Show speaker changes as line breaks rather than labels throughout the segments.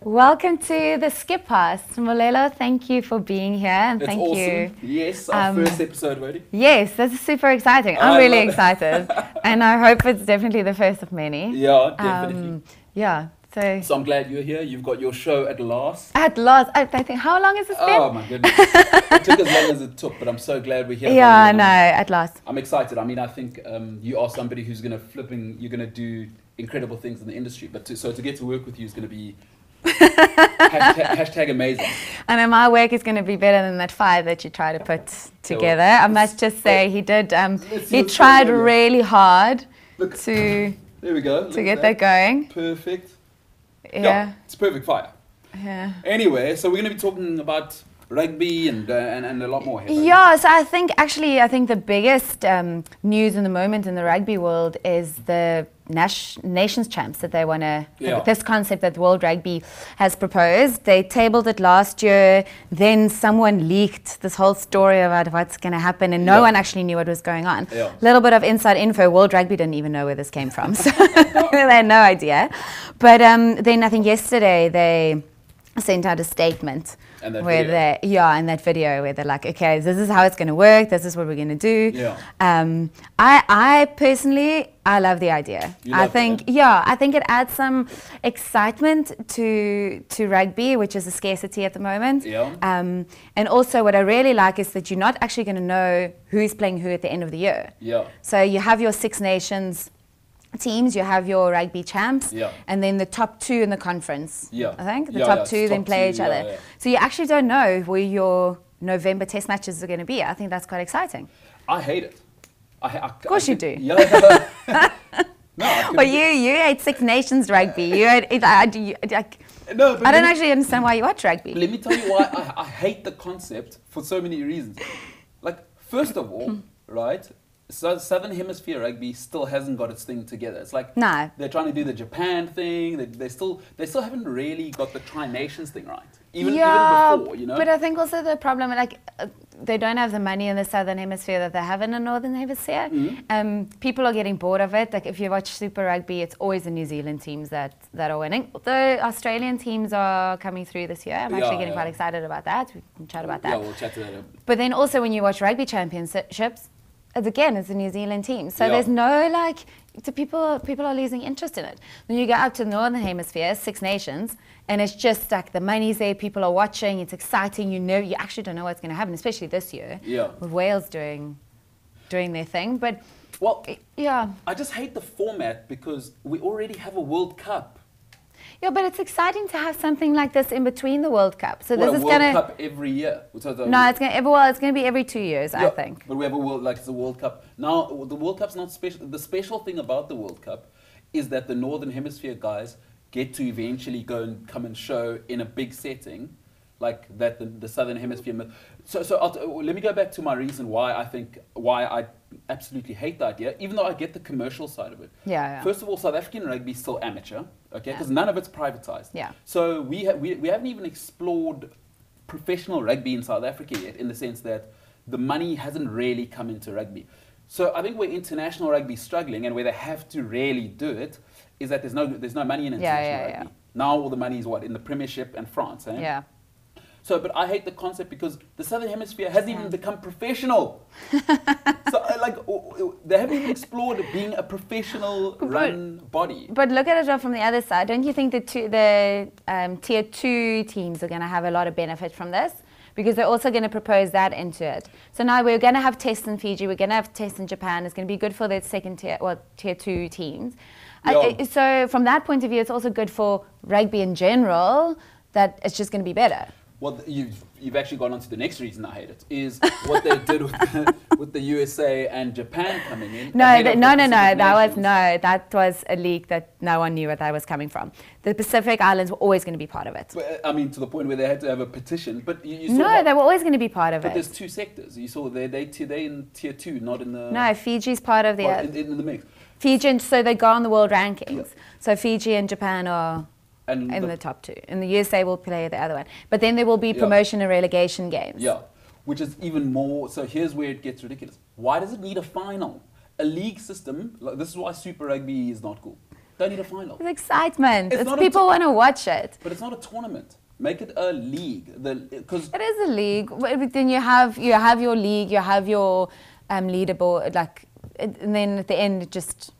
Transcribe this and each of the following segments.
Welcome to the Skip Pass. Molelo, thank you for being here and
That's
thank
awesome.
you.
Yes, our
Um,
first episode, Rody.
Yes, this is super exciting. I'm
I
really
love it.
excited. and I hope it's definitely the first of many.
Yeah, definitely.
Um, yeah. So,
so I'm glad you're here. You've got your show at last.
at last, I, I think, how long has this
Oh
been?
my goodness. it took as long as it took, but I'm so glad we're here.
yeah, I
Rody.
know, at last.
I'm excited. I mean, I think um, you are somebody who's going to flipping, you're going to do incredible things in the industry. But to, so to get to work with you is going to be hashtag, hashtag amazing.
I know my work is going to be better than that fire that you try to put together. I must just say, he did, um,
Let's see
he
what's
tried
going on.
really hard
Look,
to,
there we go. Look
to
at
get that going.
Perfect.
Yeah.
It's perfect fire.
Yeah.
Anyway, so we're going to be talking about rugby and, uh, and, and a lot more here. Rody.
Yeah, so I think actually, I think the biggest um, news in the moment in the rugby world is the Nash, Nations Champs that they want to.
Yeah.
This concept that World Rugby has proposed. They tabled it last year, then someone leaked this whole story about what's going to happen, and no
Yeah.
one actually knew what was going on.
Yeah.
Little bit of inside info World Rugby didn't even know where this came from, so they had no idea. But um, then I think yesterday they sent out a statement
And that
where
video.
they uh, yeah, in that video where they're like, okay, this is how it's going to work. This is what we're going to do.
Yeah.
Um, I, I personally, I love the idea.
You
I
love it,
think, yeah, I think it adds some excitement to to rugby, which is a scarcity at the moment.
Yeah.
Um, and also, what I really like is that you're not actually going to know who's playing who at the end of the year.
Yeah.
So you have your Six Nations teams, you have your rugby champs,
Yeah.
and then the top two in the conference.
Yeah.
I think the
Yeah,
top
yeah, it's
two then
top
play
two,
each
yeah,
other.
yeah.
So you actually don't know where your November test matches are going to be. I think that's quite exciting.
I hate it. I, I, of
course you do.
Yeah. no, I
Well,
couldn't-
you you hate Six Nations rugby. You hate, it- I, do- you- like,
no, but
I
let
don't
me-
actually understand why you watch rugby.
Let me tell you why I, I hate the concept for so many reasons. Like, first of
Hmm.
all, right, so Southern Hemisphere rugby still hasn't got its thing together. It's like
No.
they're trying to do the Japan thing. They, they still they still haven't really got the Tri Nations thing right. Even even before, you know.
but I think also the problem, like, uh, they don't have the money in the southern hemisphere that they have in the northern hemisphere.
Mm-hmm.
Um, people are getting bored of it. Like, if you watch Super Rugby, it's always the New Zealand teams that, that are winning. The Australian teams are coming through this year. I'm
Yeah,
actually getting
yeah.
quite excited about that. We can chat about that.
yeah, we'll chat to that. later.
But then also when you watch rugby championships, it's again it's the New Zealand team. So
Yeah.
there's no like to people people are losing interest in it. Then you go up to the northern hemisphere, Six Nations, and it's just like the money's there, people are watching, it's exciting, you know you actually don't know what's gonna happen, especially this year.
Yeah.
With Wales doing doing their thing. But
Well,
Eh. yeah.
I just hate the format because we already have a World Cup.
Yeah, but it's exciting to have something like this in between the World Cup. So
what
this
a
is
World
gonna
Cup every year. So the-
No, it's gonna every well it's gonna be every two years, I
Yeah,
think.
But we have a world like the World Cup. Now the World Cup's not special. The special thing about the World Cup is that the Northern Hemisphere guys get to eventually go and come and show in a big setting, like that the, the Southern Hemisphere. mi- So so I'll, t- let me go back to my reason why I think why I absolutely hate the idea, even though I get the commercial side of it.
Yeah, yeah.
First of all, South African rugby is still amateur, okay,
Yeah.
because none of it's privatized.
Yeah.
So we, ha- we, we haven't even explored professional rugby in South Africa yet, in the sense that the money hasn't really come into rugby. So I think where international rugby is struggling and where they have to really do it is that there's no, there's no money in
Yeah, yeah,
international
yeah.
rugby. Now all the money is what? In the Premiership and France, eh?
Yeah.
So, but I hate the concept because the Southern Hemisphere hasn't
Yeah.
even become professional. so, uh, like, o- o- they haven't even explored being a professional run body.
But look at it all from the other side. Don't you think the two, the um, tier two teams are going to have a lot of benefit from this? Because they're also going to propose that into it. So now we're going to have tests in Fiji, we're going to have tests in Japan. It's going to be good for the second tier, well, tier two teams. I-
Yeah.
I- so from that point of view, it's also good for rugby in general that it's just going to be better.
Well, th- you've, you've actually gone on to the next reason I hate it is what they did with the, with the USA and Japan coming in.
No,
ahead
th-
of
no,
the
no, no.
Pacific
That was
nations.
no. That was a leak that no one knew where that was coming from. The Pacific Islands were always going to be part of it.
But, uh, I mean, to the point where they had to have a petition. But you, you saw
No,
what-
they were always going to be part of
but
it.
there's two sectors. You saw they they they in tier two, not in the
No, Fiji's part of the
well, in, in the mix.
Fiji, and, so they go on the world rankings. So Fiji and Japan are
And
in
the-
the, top two. And the USA will play the other one. But then there will be
Yeah.
promotion and relegation games.
Yeah, which is even more. So here's where it gets ridiculous. Why does it need a final? A league system. Like, this is why Super Rugby is not cool. Don't need a final.
It's excitement.
It's
It's,
not a
people
t-
want to watch it.
But it's not a tournament. Make it a league. Because
It is a league. Wh- but Then you have you have your league. You have your um, leaderboard. Like, it- and then at the end, it just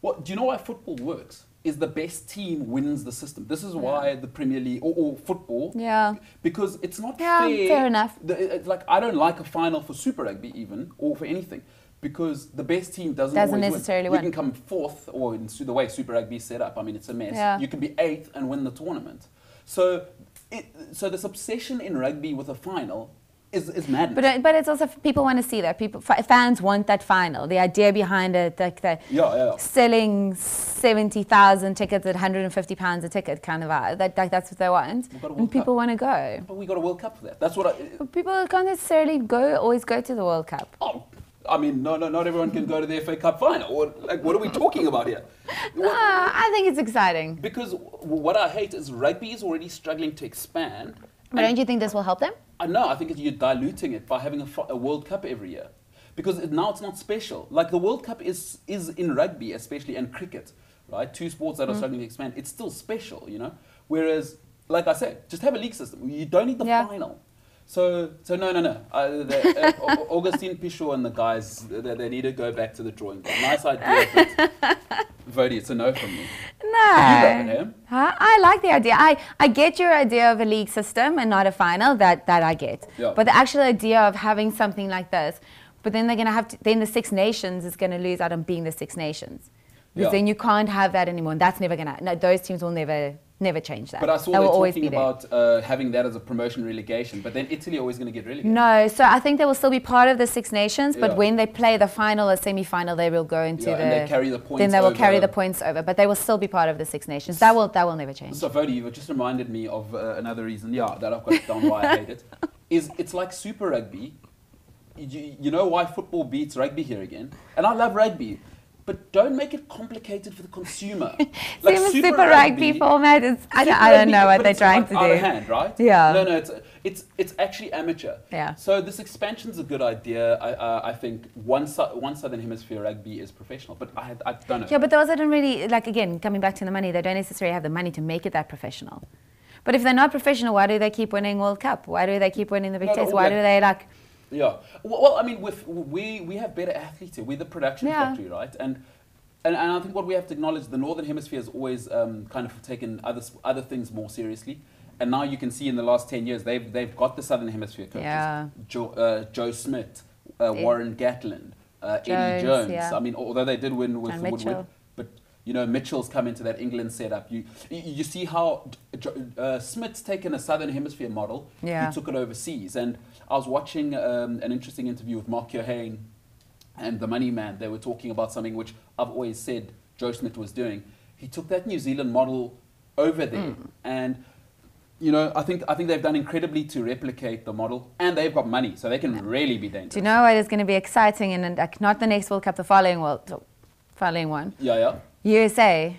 What do you know why football works? Is the best team wins the system. This is why the Premier League or, or football.
Yeah.
Because it's not
Yeah,
fair.
fair enough.
The- it- it's like I don't like a final for Super Rugby even or for anything. Because the best team doesn't,
Doesn't
always
necessarily
win.
win.
You can come fourth, or in su- the way Super Rugby is set up, I mean, it's a mess.
Yeah.
You can be eighth and win the tournament. So, it, so this obsession in rugby with a final is, is madness.
But it, but it's also f- people want to see that people f- fans want that final. The idea behind it, like the
Yeah, yeah, yeah.
selling seventy thousand tickets at one hundred and fifty pounds a ticket kind of vibe. That, that that's what they want,
We've got a World
and people want to go.
but we got a World Cup for that. That's what I.
But people can't necessarily go always go to the World Cup.
Oh, I mean, no, no, not everyone can go to the FA Cup final. What, like, what are we talking about here? What,
Ah, I think it's exciting.
because w- what I hate is rugby is already struggling to expand.
But don't you think this will help them?
I know. Uh, I think you're diluting it by having a, fi- a World Cup every year, because it, now it's not special. Like the World Cup is is in rugby, especially and cricket, right? Two sports
Mm.
that are struggling to expand. It's still special, you know. Whereas, like I said, just have a league system. You don't need the
Yeah.
final. So, so no, no, no. Uh, the, uh, Au- Augustine Pichot and the guys, they, they need to go back to the drawing board. Nice idea, but Vody, it's a no from me.
No.
love it, eh?
Huh? I like the idea. I, I get your idea of a league system and not a final. That that I get.
Yeah.
But the actual idea of having something like this, but then they're gonna have to. Then the Six Nations is gonna lose out on being the Six Nations, because
Yeah.
then you can't have that anymore. And that's never gonna. No, those teams will never never change that.
But I saw
That will
they're
always
talking
be there.
about uh, having that as a promotion relegation, but then Italy are always going to get relegated.
No, so I think they will still be part of the Six Nations, but
Yeah.
when they play the final or semi-final, they will go into
Yeah,
the.
and they carry the
Then
points
they will carry
over.
the points over, but they will still be part of the Six Nations. That will that will never change.
So, Vodi, you've just reminded me of uh, another reason, yeah, that I've got down why I hate it. Is it's like Super Rugby. You, you know why football beats rugby here again? And I love rugby, but don't make it complicated for the consumer.
Like Super, Rugby, format. It's, I, don't, I don't know what they're trying to do.
Out of hand, right?
Yeah.
No, no, it's it's it's actually amateur.
Yeah.
So this expansion's a good idea. I uh, I think one sou- one southern hemisphere rugby is professional, but I I don't know.
Yeah, but they also don't really like. Again, coming back to the money, they don't necessarily have the money to make it that professional. But if they're not professional, why do they keep winning World Cup? Why do they keep winning the Big
No, no,
Test?
all
Why
that-
do they like?
Yeah. Well, well, I mean, with we we have better athletes here. We're the production
Yeah.
factory, right? And, and and I think what we have to acknowledge, the northern hemisphere has always um, kind of taken other s- other things more seriously. And now you can see in the last ten years, they've they've got the southern hemisphere coaches.
Yeah.
Joe, uh, Joe Smith, uh,
Ed-
Warren Gatland, uh,
Jones,
Eddie Jones.
yeah.
I mean, although they did win with
John
Woodward,
Mitchell.
but. You know, Mitchell's come into that England setup. You you you see how Jo- uh, Smith's taken a Southern Hemisphere model.
Yeah.
He took it overseas. And I was watching um, an interesting interview with Mark Yohane and the Money Man. They were talking about something which I've always said Joe Smith was doing. He took that New Zealand model over there,
Hmm.
and you know, I think I think they've done incredibly to replicate the model, and they've got money, so they can really be dangerous.
Do you know what is going to be exciting and like not the next World Cup, the following World, following one?
Yeah, yeah.
USA.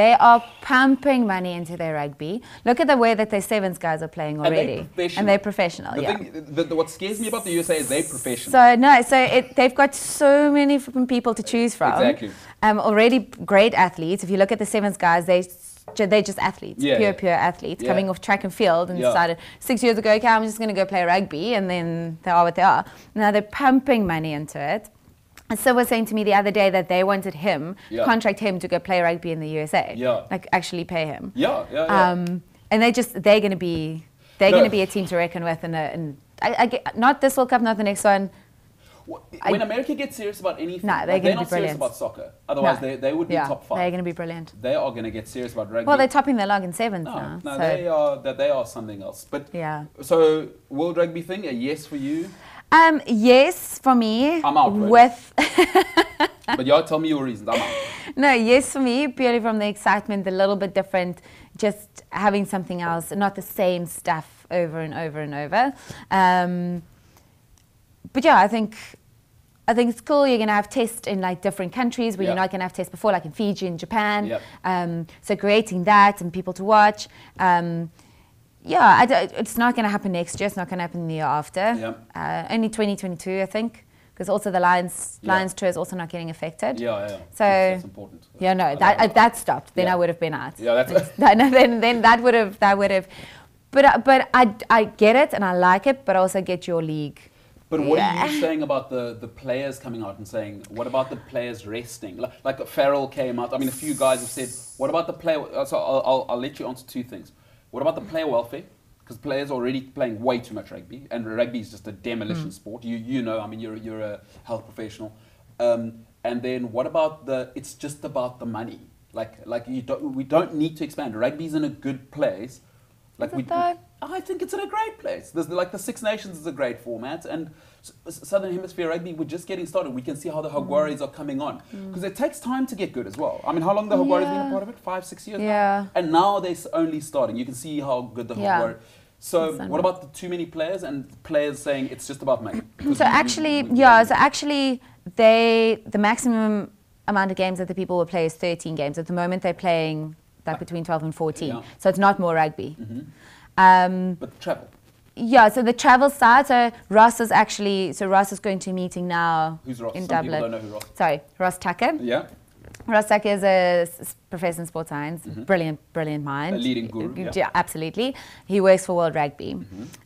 They are pumping money into their rugby. Look at the way that their sevens guys are playing
And
already,
they're professional.
and they're professional.
The
Oh, yeah.
thing, the, the, what scares me about the USA is they're professional.
So no, so it, they've got so many flipping people to choose from.
Exactly.
Um, already great athletes. If you look at the sevens guys, they ju- they're just athletes,
Yeah,
pure
yeah.
pure athletes,
Yeah.
coming off track and field, and
Yeah.
decided six years ago, okay, I'm just going to go play rugby, and then they are what they are. Now they're pumping money into it. And so was saying to me the other day that they wanted him,
Yeah.
contract him to go play rugby in the USA,
Yeah.
like actually pay him.
yeah, yeah, Oh, yeah.
Um, and they just they're going to be they're
No.
going to be a team to reckon with, and, a, and I, I get, not this World Cup, not the next one.
Wh-
I-
when America gets serious about anything,
No, they're
like,
gonna be
not serious
brilliant.
about soccer. Otherwise,
No.
they, they would be
Yeah,
top five.
They're going to be brilliant.
They are going to get serious about rugby.
Well, they're topping their log in sevens
no,
now.
Oh, no,
so
they are that they are something else. But
Yeah.
So world rugby thing, a yes for you.
um, yes, for me.
I'm out, really.
With
but y'all tell me your reasons. I'm out.
no, yes for me purely from the excitement, a little bit different, just having something else, not the same stuff over and over and over. Um, but yeah, I think. I think it's cool. You're going to have tests in like different countries where you're
Yeah.
not going to have tests before, like in Fiji and Japan.
Yep.
Um, so creating that and people to watch. Um, yeah, I d- it's not going to happen next year. It's not going to happen the year after.
Yep.
Uh, only 2022, I think, because because also the Lions
Yeah.
Lions tour is also not getting affected.
Yeah, yeah. That's-
So-
that's important.
Yeah,
I
no,
don't
that
know.
if that stopped, then
Yeah.
I would have been out.
Yeah, that's-
That- no, then then that would have that would have, but I- but I I get it and I like it, but I also get your league.
But what are
Yeah.
you saying about the, the players coming out and saying, what about the players resting? Like, like Farrell came out. I mean, a few guys have said, what about the player? uh, So I'll, I'll, I'll let you answer two things. What about the player welfare? Because players are already playing way too much rugby, and rugby is just a demolition sport. You, you know, I mean, you're, you're a health professional. Um, and then what about the, it's just about the money. Like, like you don't, we don't need to expand. Rugby's in a good place. Like
Is it
we,
though?
I think it's in a great place. There's like the Six Nations is a great format, and S- S- Southern Hemisphere rugby we're just getting started. We can see how the
Mm.
Hogwaris are coming on because it takes time to get good as well. I mean, how long the Hogwaris been a
Yeah.
part of it? Five, six years. now?
Yeah.
And now they're s- only starting. You can see how good the
Yeah.
Hogwari. So
It's
what about the too many players and players saying it's just about money? 'Cause
So
we- we-
actually,
we- we-
yeah. So actually, they the maximum amount of games that the people will play is 13 games. At the moment, they're playing like between 12 and 14.
Yeah. Mm-hmm.
So it's not more rugby. Um,
but travel.
yeah. So the travel side. So Ross is actually. So Ross is going to a meeting now
Who's Ross?
in
Some people
Dublin.
don't know who Ross. is.
Sorry, Ross Tucker.
Yeah.
Ross Tucker is a s- s- professor in sports science. Brilliant, brilliant mind.
Mm-hmm. A leading guru, yeah. Mm-hmm.
absolutely. He works for World Rugby.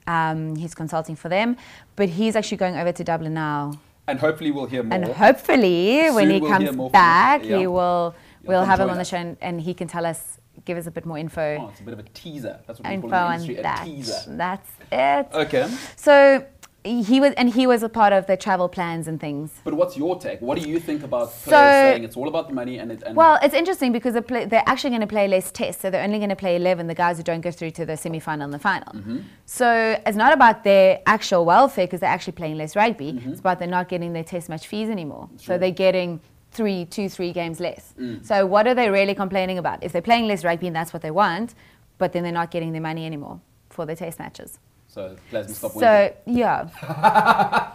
Um, he's consulting for them, but he's actually going over to Dublin now,
And hopefully we'll hear more.
and hopefully when
Soon
he
we'll hear more
comes
from
back,
him, yeah.
he will.
Yeah,
We'll
come
have him
join
on the
us.
show, and, and he can tell us, give us a bit more
oh,
info,
it's a bit of a teaser. That's what
info
people in the
on
industry a
that.
teaser. Oh.
That's it.
Okay.
So he was, and he was a part of the travel plans and things.
But what's your take? What do you think about players
So-
saying it's all about the money and it? And
Well, it's interesting because they play, they're actually going to play less tests, so they're only going to play 11, the guys who don't go through to the semi final and the final.
Mm-hmm.
So it's not about their actual welfare because they're actually playing less rugby, it's about they're not getting their test match fees anymore.
Mm-hmm. Sure. Mm.
So they're getting three, two, three games less. So what are they really complaining about? If they're playing less rugby and that's what they want, but then they're not getting their money anymore for their test matches.
so players must stop whinging.
So, yeah,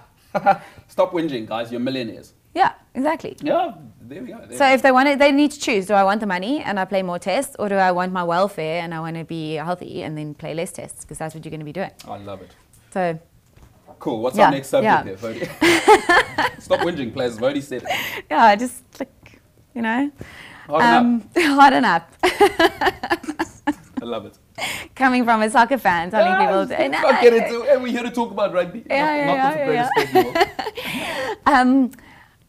Stop whinging, guys. You're millionaires.
yeah, exactly.
Yeah, there we go. there
So
we
if they want it, they need to choose: do I want the money and I play more tests, or do I want my welfare and I want to be healthy and then play less tests? Because that's what you're going to be doing.
go. I love it.
So
Cool. What's
Yeah,
our next subject
yeah.
there, Vody? stop whinging, players. Vody said it.
yeah, just like you know,
Hard
Um,
enough.
harden up.
I love it.
Coming from a soccer fan, telling people,
Ah,
to,
let's not get into it. We're here to talk about rugby.
Yeah,
not,
yeah,
not
yeah, yeah,
the greatest thing in the world.
Um,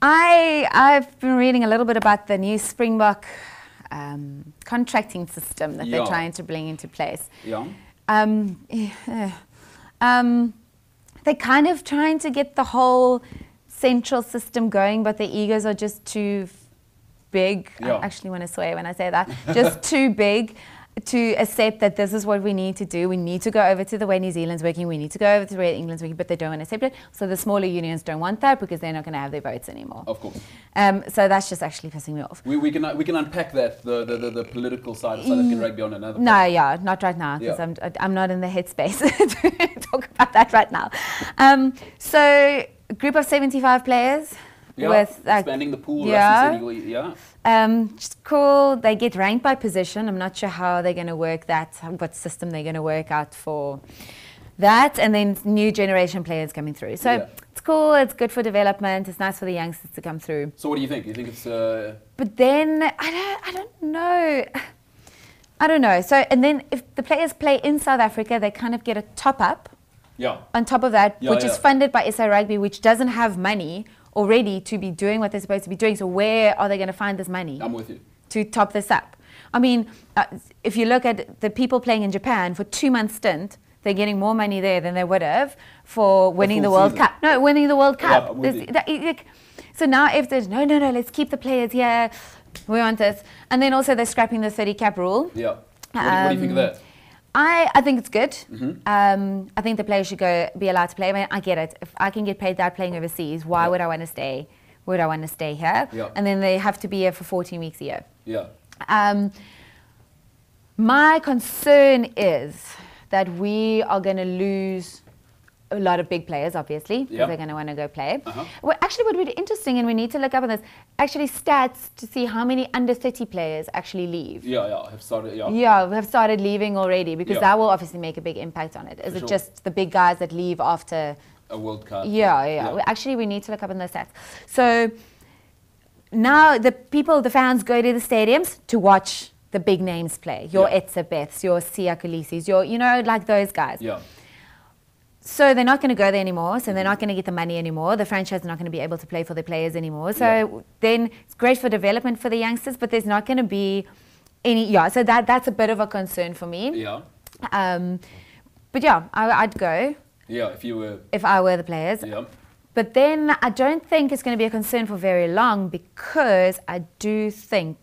I I've been reading a little bit about the new Springbok um, contracting system that
Yeah.
they're trying to bring into place.
Yeah.
um, yeah, um, they're kind of trying to get the whole central system going, but their egos are just too f- big.
Yeah.
I actually want to swear when I say that. Just too big to accept that this is what we need to do. We need to go over to the way New Zealand's working. We need to go over to the way England's working, but they don't want to accept it. So the smaller unions don't want that because they're not going to have their votes anymore.
Of course.
Um, so that's just actually pissing me off.
We, we can we can unpack that the, the, the, the political side of South African rugby on another.
Mm, No, yeah, not right now because
Yeah.
I'm, I'm not in the headspace to talk about that right now. Um, so, group of 75 players
Yeah.
with like,
expanding the pool.
yeah.
Yeah. yeah.
um, just cool. They get ranked by position. I'm not sure how they're going to work that, what system they're going to work out for that, and then new generation players coming through. So,
Yeah.
it's cool. It's good for development. It's nice for the youngsters to come through.
So what do you think? You think it's uh,
But then I don't, I don't know. I don't know. So and then if the players play in South Africa, they kind of get a top up
yeah.
on top of that,
Yeah,
which
yeah.
is funded by SA Rugby, which doesn't have money already to be doing what they're supposed to be doing. So where are they going to find this money
I'm with you.
to top this up? I mean, uh, if you look at the people playing in Japan for two months stint. They're getting more money there than they would have for winning the
full
World
season.
Cup. No, winning the World
Yeah,
Cup.
I'm with
There's-
you.
that- it- like- so now if there's no, no, no, let's keep the players here. We want this. And then also they're scrapping the 30 cap rule.
Yeah. What, do you- what do you think of
Um,
that?
I, I think it's good.
Mm-hmm.
Um, I think the players should go be allowed to play. I mean, I get it. If I can get paid that playing overseas, why
Yeah.
would I want to stay? Would I want to stay here?
Yeah.
And then they have to be here for 14 weeks a year.
Yeah.
Um, my concern is that we are going to lose a lot of big players, obviously, because
Yeah.
they're going to want to go play.
Uh-huh.
Well, actually, what would be interesting, and we need to look up on this, actually stats to see how many under 30 players actually leave.
Yeah, yeah, I've started. Yeah,
Yeah, we have started leaving already because
Yeah.
that will obviously make a big impact on it. Is
For
it
sure.
just the big guys that leave after
a World Cup.
Yeah, yeah. We- Actually, we need to look up in those stats. So now the people, the fans, go to the stadiums to watch the big names play. Your
Yeah.
Itzabeths, your Siakalisis, your you know like those guys.
Yeah.
So they're not going to go there anymore. So
Mm-hmm.
they're not going to get the money anymore. The franchise is not going to be able to play for their players anymore. So
Yeah.
then it's great for development for the youngsters, but there's not going to be any. Yeah, so that that's a bit of a concern for me.
Yeah.
Um, but yeah, I, I'd go
Yeah. If you were.
if I were the players.
Yeah.
But then I don't think it's going to be a concern for very long because I do think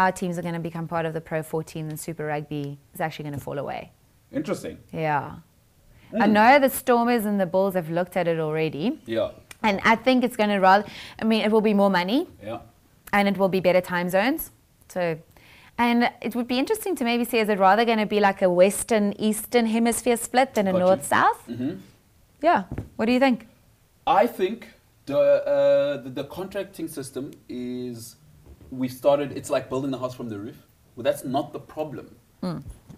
our teams are going to become part of the Pro 14 and Super Rugby is actually going to fall away.
Interesting.
Yeah. I know the Stormers and the Bulls have looked at it already.
Yeah.
And I think it's going to rather, I mean, it will be more money
Yeah.
and it will be better time zones. So, and it would be interesting to maybe see is it rather going to be like a Western Eastern hemisphere split than a
Got you.
North South? Mm-hmm. Yeah. What do you think?
I think the, uh, the the contracting system is we started. It's like building the house from the roof. Well, that's not the problem.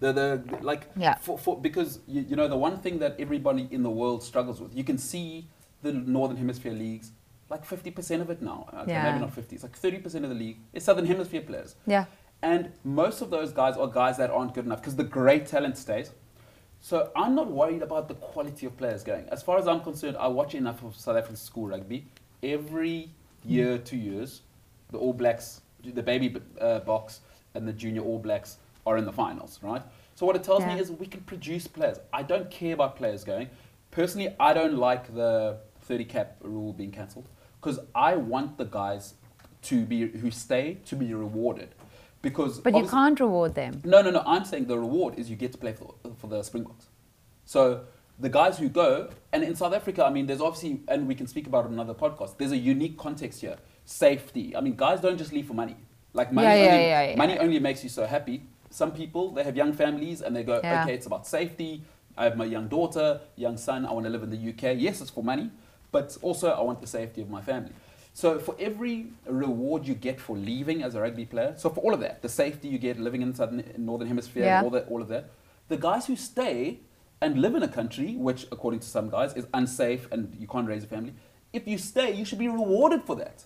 The, the like
Hmm. Yeah.
for, for because you, you know the one thing that everybody in the world struggles with. You can see the northern hemisphere leagues. Like fifty percent of it now. Okay,
Yeah.
Maybe not fifty. It's like thirty percent of the league is southern hemisphere players.
Yeah.
And most of those guys are guys that aren't good enough because the great talent stays. So I'm not worried about the quality of players going. As far as I'm concerned, I watch enough of South African school rugby. Every year, two years, the All Blacks, the baby uh, box, and the junior All Blacks are in the finals, right? So what it tells
Yeah.
me is we can produce players. I don't care about players going. Personally, I don't like the 30 cap rule being cancelled because I want the guys to be who stay to be rewarded. Because
But you
obviously-
can't reward them.
no, no, no. I'm saying the reward is you get to play for, for the Springboks. So the guys who go, and in South Africa, I mean, there's obviously, and we can speak about it on another podcast, there's a unique context here safety. I mean, guys don't just leave for money. Like, money,
Yeah, yeah,
only,
yeah, yeah.
money only makes you so happy. Some people, they have young families and they go,
Yeah.
okay, it's about safety. I have my young daughter, young son. I want to live in the UK. Yes, it's for money, but also I want the safety of my family. So for every reward you get for leaving as a rugby player, so for all of that, the safety you get living in southern in northern hemisphere,
Yeah.
all that, all of that, the guys who stay and live in a country which, according to some guys, is unsafe and you can't raise a family, if you stay, you should be rewarded for that.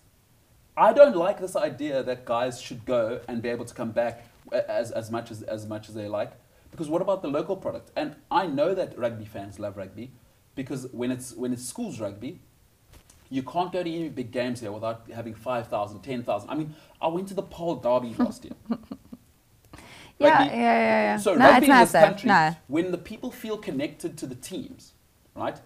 I don't like this idea that guys should go and be able to come back a- as, as much as as much as they like. Because what about the local product? And I know that rugby fans love rugby, because when it's when it's schools rugby, you can't go to any big games here without having 5,000, 10,000. I mean, I went to the Pole Derby last year.
Yeah,
Rugby-
yeah, yeah, yeah.
So
No,
rugby
it's
in this
massive.
country,
No.
when the people feel connected to the teams, right?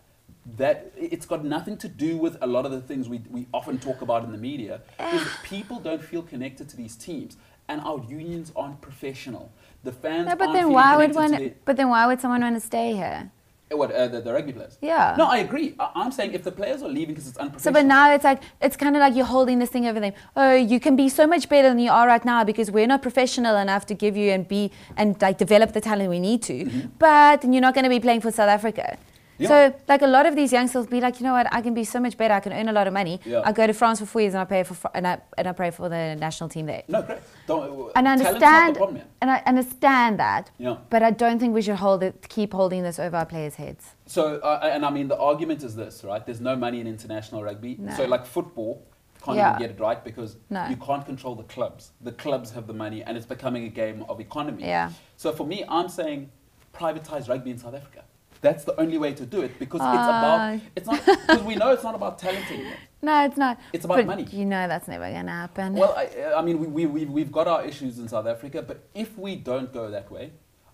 That it's got nothing to do with a lot of the things we, we often talk about in the media. is that people don't feel connected to these teams, and our unions aren't professional. The fans.
No, but
aren't
then
feeling
why would
connected
one?
to their-
But then why would someone want to stay here?
Eh, What uh, the, the rugby players?
Yeah.
No, I agree. I, I'm saying if the players are leaving because it's
So,
unprofessional.
but now it's like it's kind of like you're holding this thing over them. Oh, you can be so much better than you are right now because we're not professional enough to give you and be and like develop the talent we need to. But then you're not going to be playing for South Africa.
Mm-hmm. Yeah.
So, like a lot of these youngsters be like, you know what? I can be so much better. I can earn a lot of money.
Yeah.
I go to France for four years and I play for Fr- and I and I play for the national team there.
no, great. Don't, uh,
and I
talent's not the
understand
problem here.
and I understand that.
Yeah.
But I don't think we should hold it keep holding this over our players' heads.
So, uh, and I mean, the argument is this, right? There's no money in international rugby.
No.
So, like football, can't
Yeah.
even get it right because
No.
you can't control the clubs. The clubs have the money, and it's becoming a game of economy.
Yeah.
So, for me, I'm saying privatize rugby in South Africa. That's the only way to do it because
Uh.
it's about it's not because we know it's not about talent anymore.
No, it's not.
It's about
But
money.
You know that's never gonna happen.
Well, I, I mean, we, we, we've, we've got our issues in South Africa, but if we don't go that way,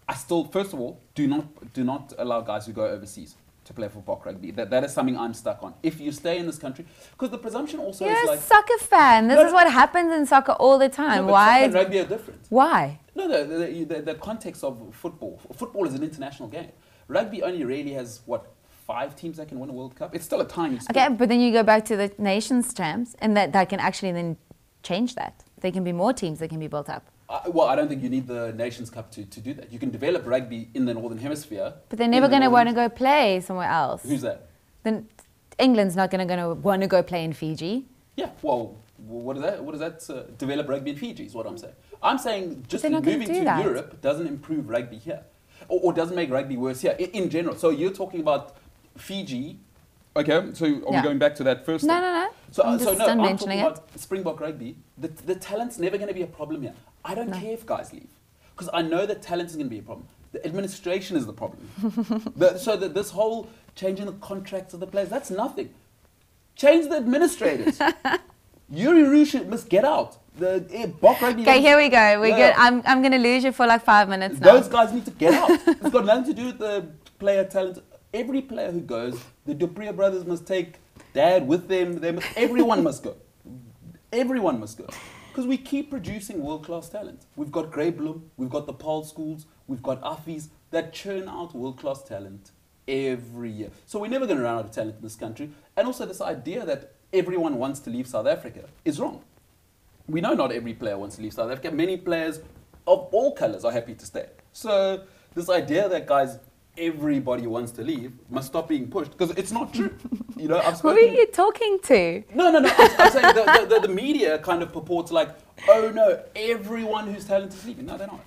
I still, first of all, do not, do not allow guys who go overseas to play for Bok rugby. That, that is something I'm stuck on. If you stay in this country, because the presumption also
You're
is
a
like,
soccer fan. This
No,
is
no.
what happens in soccer all the
no,
time.
but
Why?
soccer and rugby are different.
Why?
No, no, the, the, the context of football. F- Football is an international game. Rugby only really has, what, five teams that can win a World Cup? It's still a tiny sport.
Okay, but then you go back to the nations champs, and that that can actually then change that. There can be more teams that can be built up.
I, well, I don't think you need the Nations Cup to, to do that. You can develop rugby in the Northern Hemisphere.
But they're
in
never
the
going to
northern-
want to go play somewhere else.
Who's that?
Then England's not going to want to go play in Fiji.
Yeah, well, w- what is that? What does that uh, develop rugby in Fiji? Is what I'm saying. I'm saying just
they're not gonna
moving
do
to
that.
Europe doesn't improve rugby here, or, or doesn't make rugby worse here in, in general. So you're talking about Fiji
Okay, so are we
Yeah.
going back to that first?
No,
thing?
no, no.
So,
I'm
uh, so
just
no,
done
I'm
mentioning
talking
it.
about Springbok rugby. The, the talent's never going to be a problem here. I don't
No.
care if guys leave because I know the talent is going to be a problem. The administration is the problem. The- so that this whole changing the contracts of the players, that's nothing. Change the administrators. Yuri Rusha must get out. The eh, Bok rugby.
Okay, here we go. We're
Yeah.
good. I'm, I'm going to lose you for like five minutes now.
Those guys need to get out. it's got nothing to do with the player talent. Every player who goes, the Dupria brothers must take dad with them. They must, everyone must go. Everyone must go. Because we keep producing world class talent. We've got Grey Bloom, we've got the Paul schools, we've got Afis that churn out world class talent every year. So we're never going to run out of talent in this country. And also, this idea that everyone wants to leave South Africa is wrong we know not every player wants to leave South Africa. Many players of all colours are happy to stay. So this idea that guys, everybody wants to leave, must stop being pushed because it's not true. You know, I've
Who are
spoken.
you talking to?
No, no, no. I'm, I'm saying the, the, the, the media kind of purports like, oh no, everyone who's talented is leaving. No, they're not.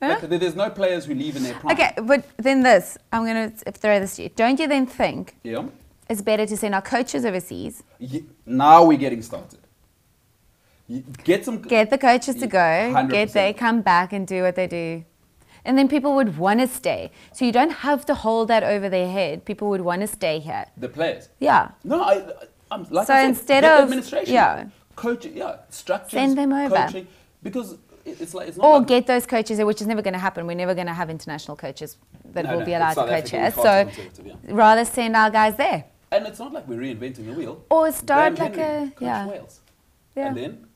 Like, there- there's no players who leave in their prime.
Okay, but then this, I'm going to throw this to you. Don't you then think
Yeah.
it's better to send our coaches overseas,
Ye- Now we're getting started. You get some.
get the coaches to go,
100%.
get they come back and do what they do? And then people would want to stay. So you don't have to hold that over their head. People would want to stay here.
the players.
Yeah.
No, I, I- I'm like
So
I said,
instead
get the
of-
administration,
yeah.
coaching, yeah, structures,
Send them over.
coaching, because it- it's like it's not.
Or
like-
get those coaches, there, which is never going to happen. We're never going to have international coaches that
No,
will
no,
be
it's
allowed to
South
coach
Africa,
here.
it's far
So
too conservative,
rather send our guys there.
and it's not like we're reinventing the wheel.
Or start
Dan
like
Henry,
a-
coach
yeah.
Wales,
Yeah.
and then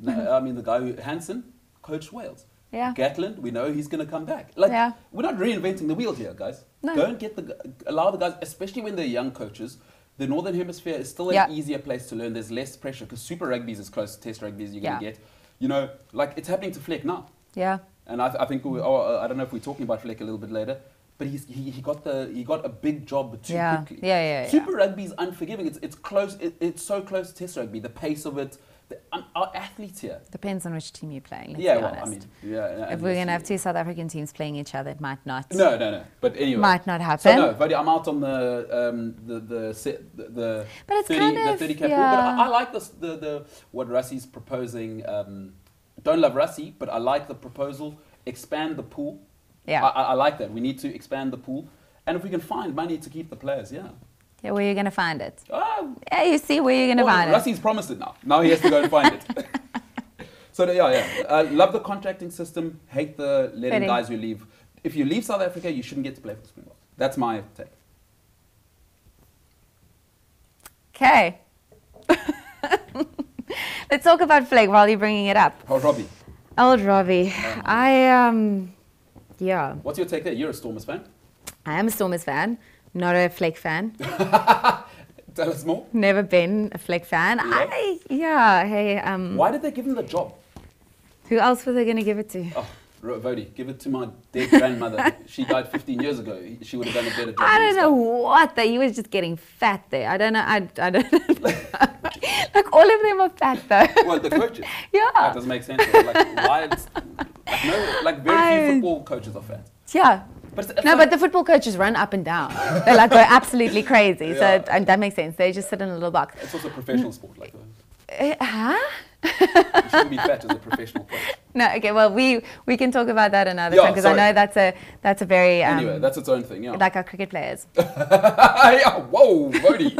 no, I mean the guy who, Hansen coached Wales.
Yeah.
Gatland, we know he's going to come back. Like
Yeah.
we're not reinventing the wheel here, guys.
No.
Don't get the g- allow the guys, especially when they're young coaches. The Northern Hemisphere is still an
Yeah.
easier place to learn. There's less pressure because Super Rugby is as close to Test Rugby as you're going to
Yeah.
get. You know, like it's happening to Fleck now.
Yeah.
And I, th- I think we, oh, uh, I don't know if we're talking about Fleck a little bit later, but he's, he, he got the he got a big job too
Yeah.
quickly.
Yeah, yeah, yeah.
Super Rugby is unforgiving. It's it's close. It, it's so close to Test Rugby. The pace of it. The, um, our athletes here.
Depends on which team you're playing, let's
yeah,
be
well,
honest.
I mean, yeah. and-
if
and
we're
yes,
going to have
yeah.
two South African teams playing each other, it might not.
No, no, no. But anyway,
Might not
So
happen.
no, but I'm out on the um, the the set the, the
But it's
30,
kind
the
of-
30 cap rule. But I,
yeah.
I like this the the what Russi's proposing. Um, don't love Russi, but I like the proposal. Expand the pool.
Yeah.
I, I, I like that. We need to expand the pool, and if we can find money to keep the players, yeah.
Yeah, where you're going to find it.
Ah,
Yeah, you see where you're going to
well,
find it.
Rusty's promised it now. Now he has to go and find it. so yeah, yeah. Uh, love the contracting system. Hate the letting
Fitting.
guys who leave. If you leave South Africa, you shouldn't get to play for the Springboks. That's my take.
Okay. Let's talk about Flake while you're bringing it up.
Oh, Robbie,
Old Robbie, I um, yeah,
what's your take there? You're a Stormers fan.
I am a Stormers fan, not a Flake fan.
Tell us more.
Never been a Flake fan.
Yeah.
I yeah, hey um,
Why did they give him the job?
who else were they gonna give it to?
Oh, Ro- Vody, give it to my dead grandmother. she died 15 years ago. She would have done a better job.
I
than
don't
this
know what that he was just getting fat there. I don't know. I, I don't know. like all of them are fat though.
guy. Well, the coaches.
Yeah.
That doesn't make sense. Like, why? It's, like, no, like very
I-
few football coaches are fat.
Yeah.
But it's- it's
no,
like-
but the football coaches run up and down. They like go absolutely crazy. So
Yeah.
it- and that makes sense. They just sit in a little box.
It's also a professional sport. Like, uh,
Uh, huh?
you shouldn't be fat as a professional coach.
No. Okay. Well, we we can talk about that another
Yeah,
time because I know
sorry.
that's a that's a very um,
Anyway, that's its own thing. Yeah.
like our cricket players.
yeah whoa, Vody.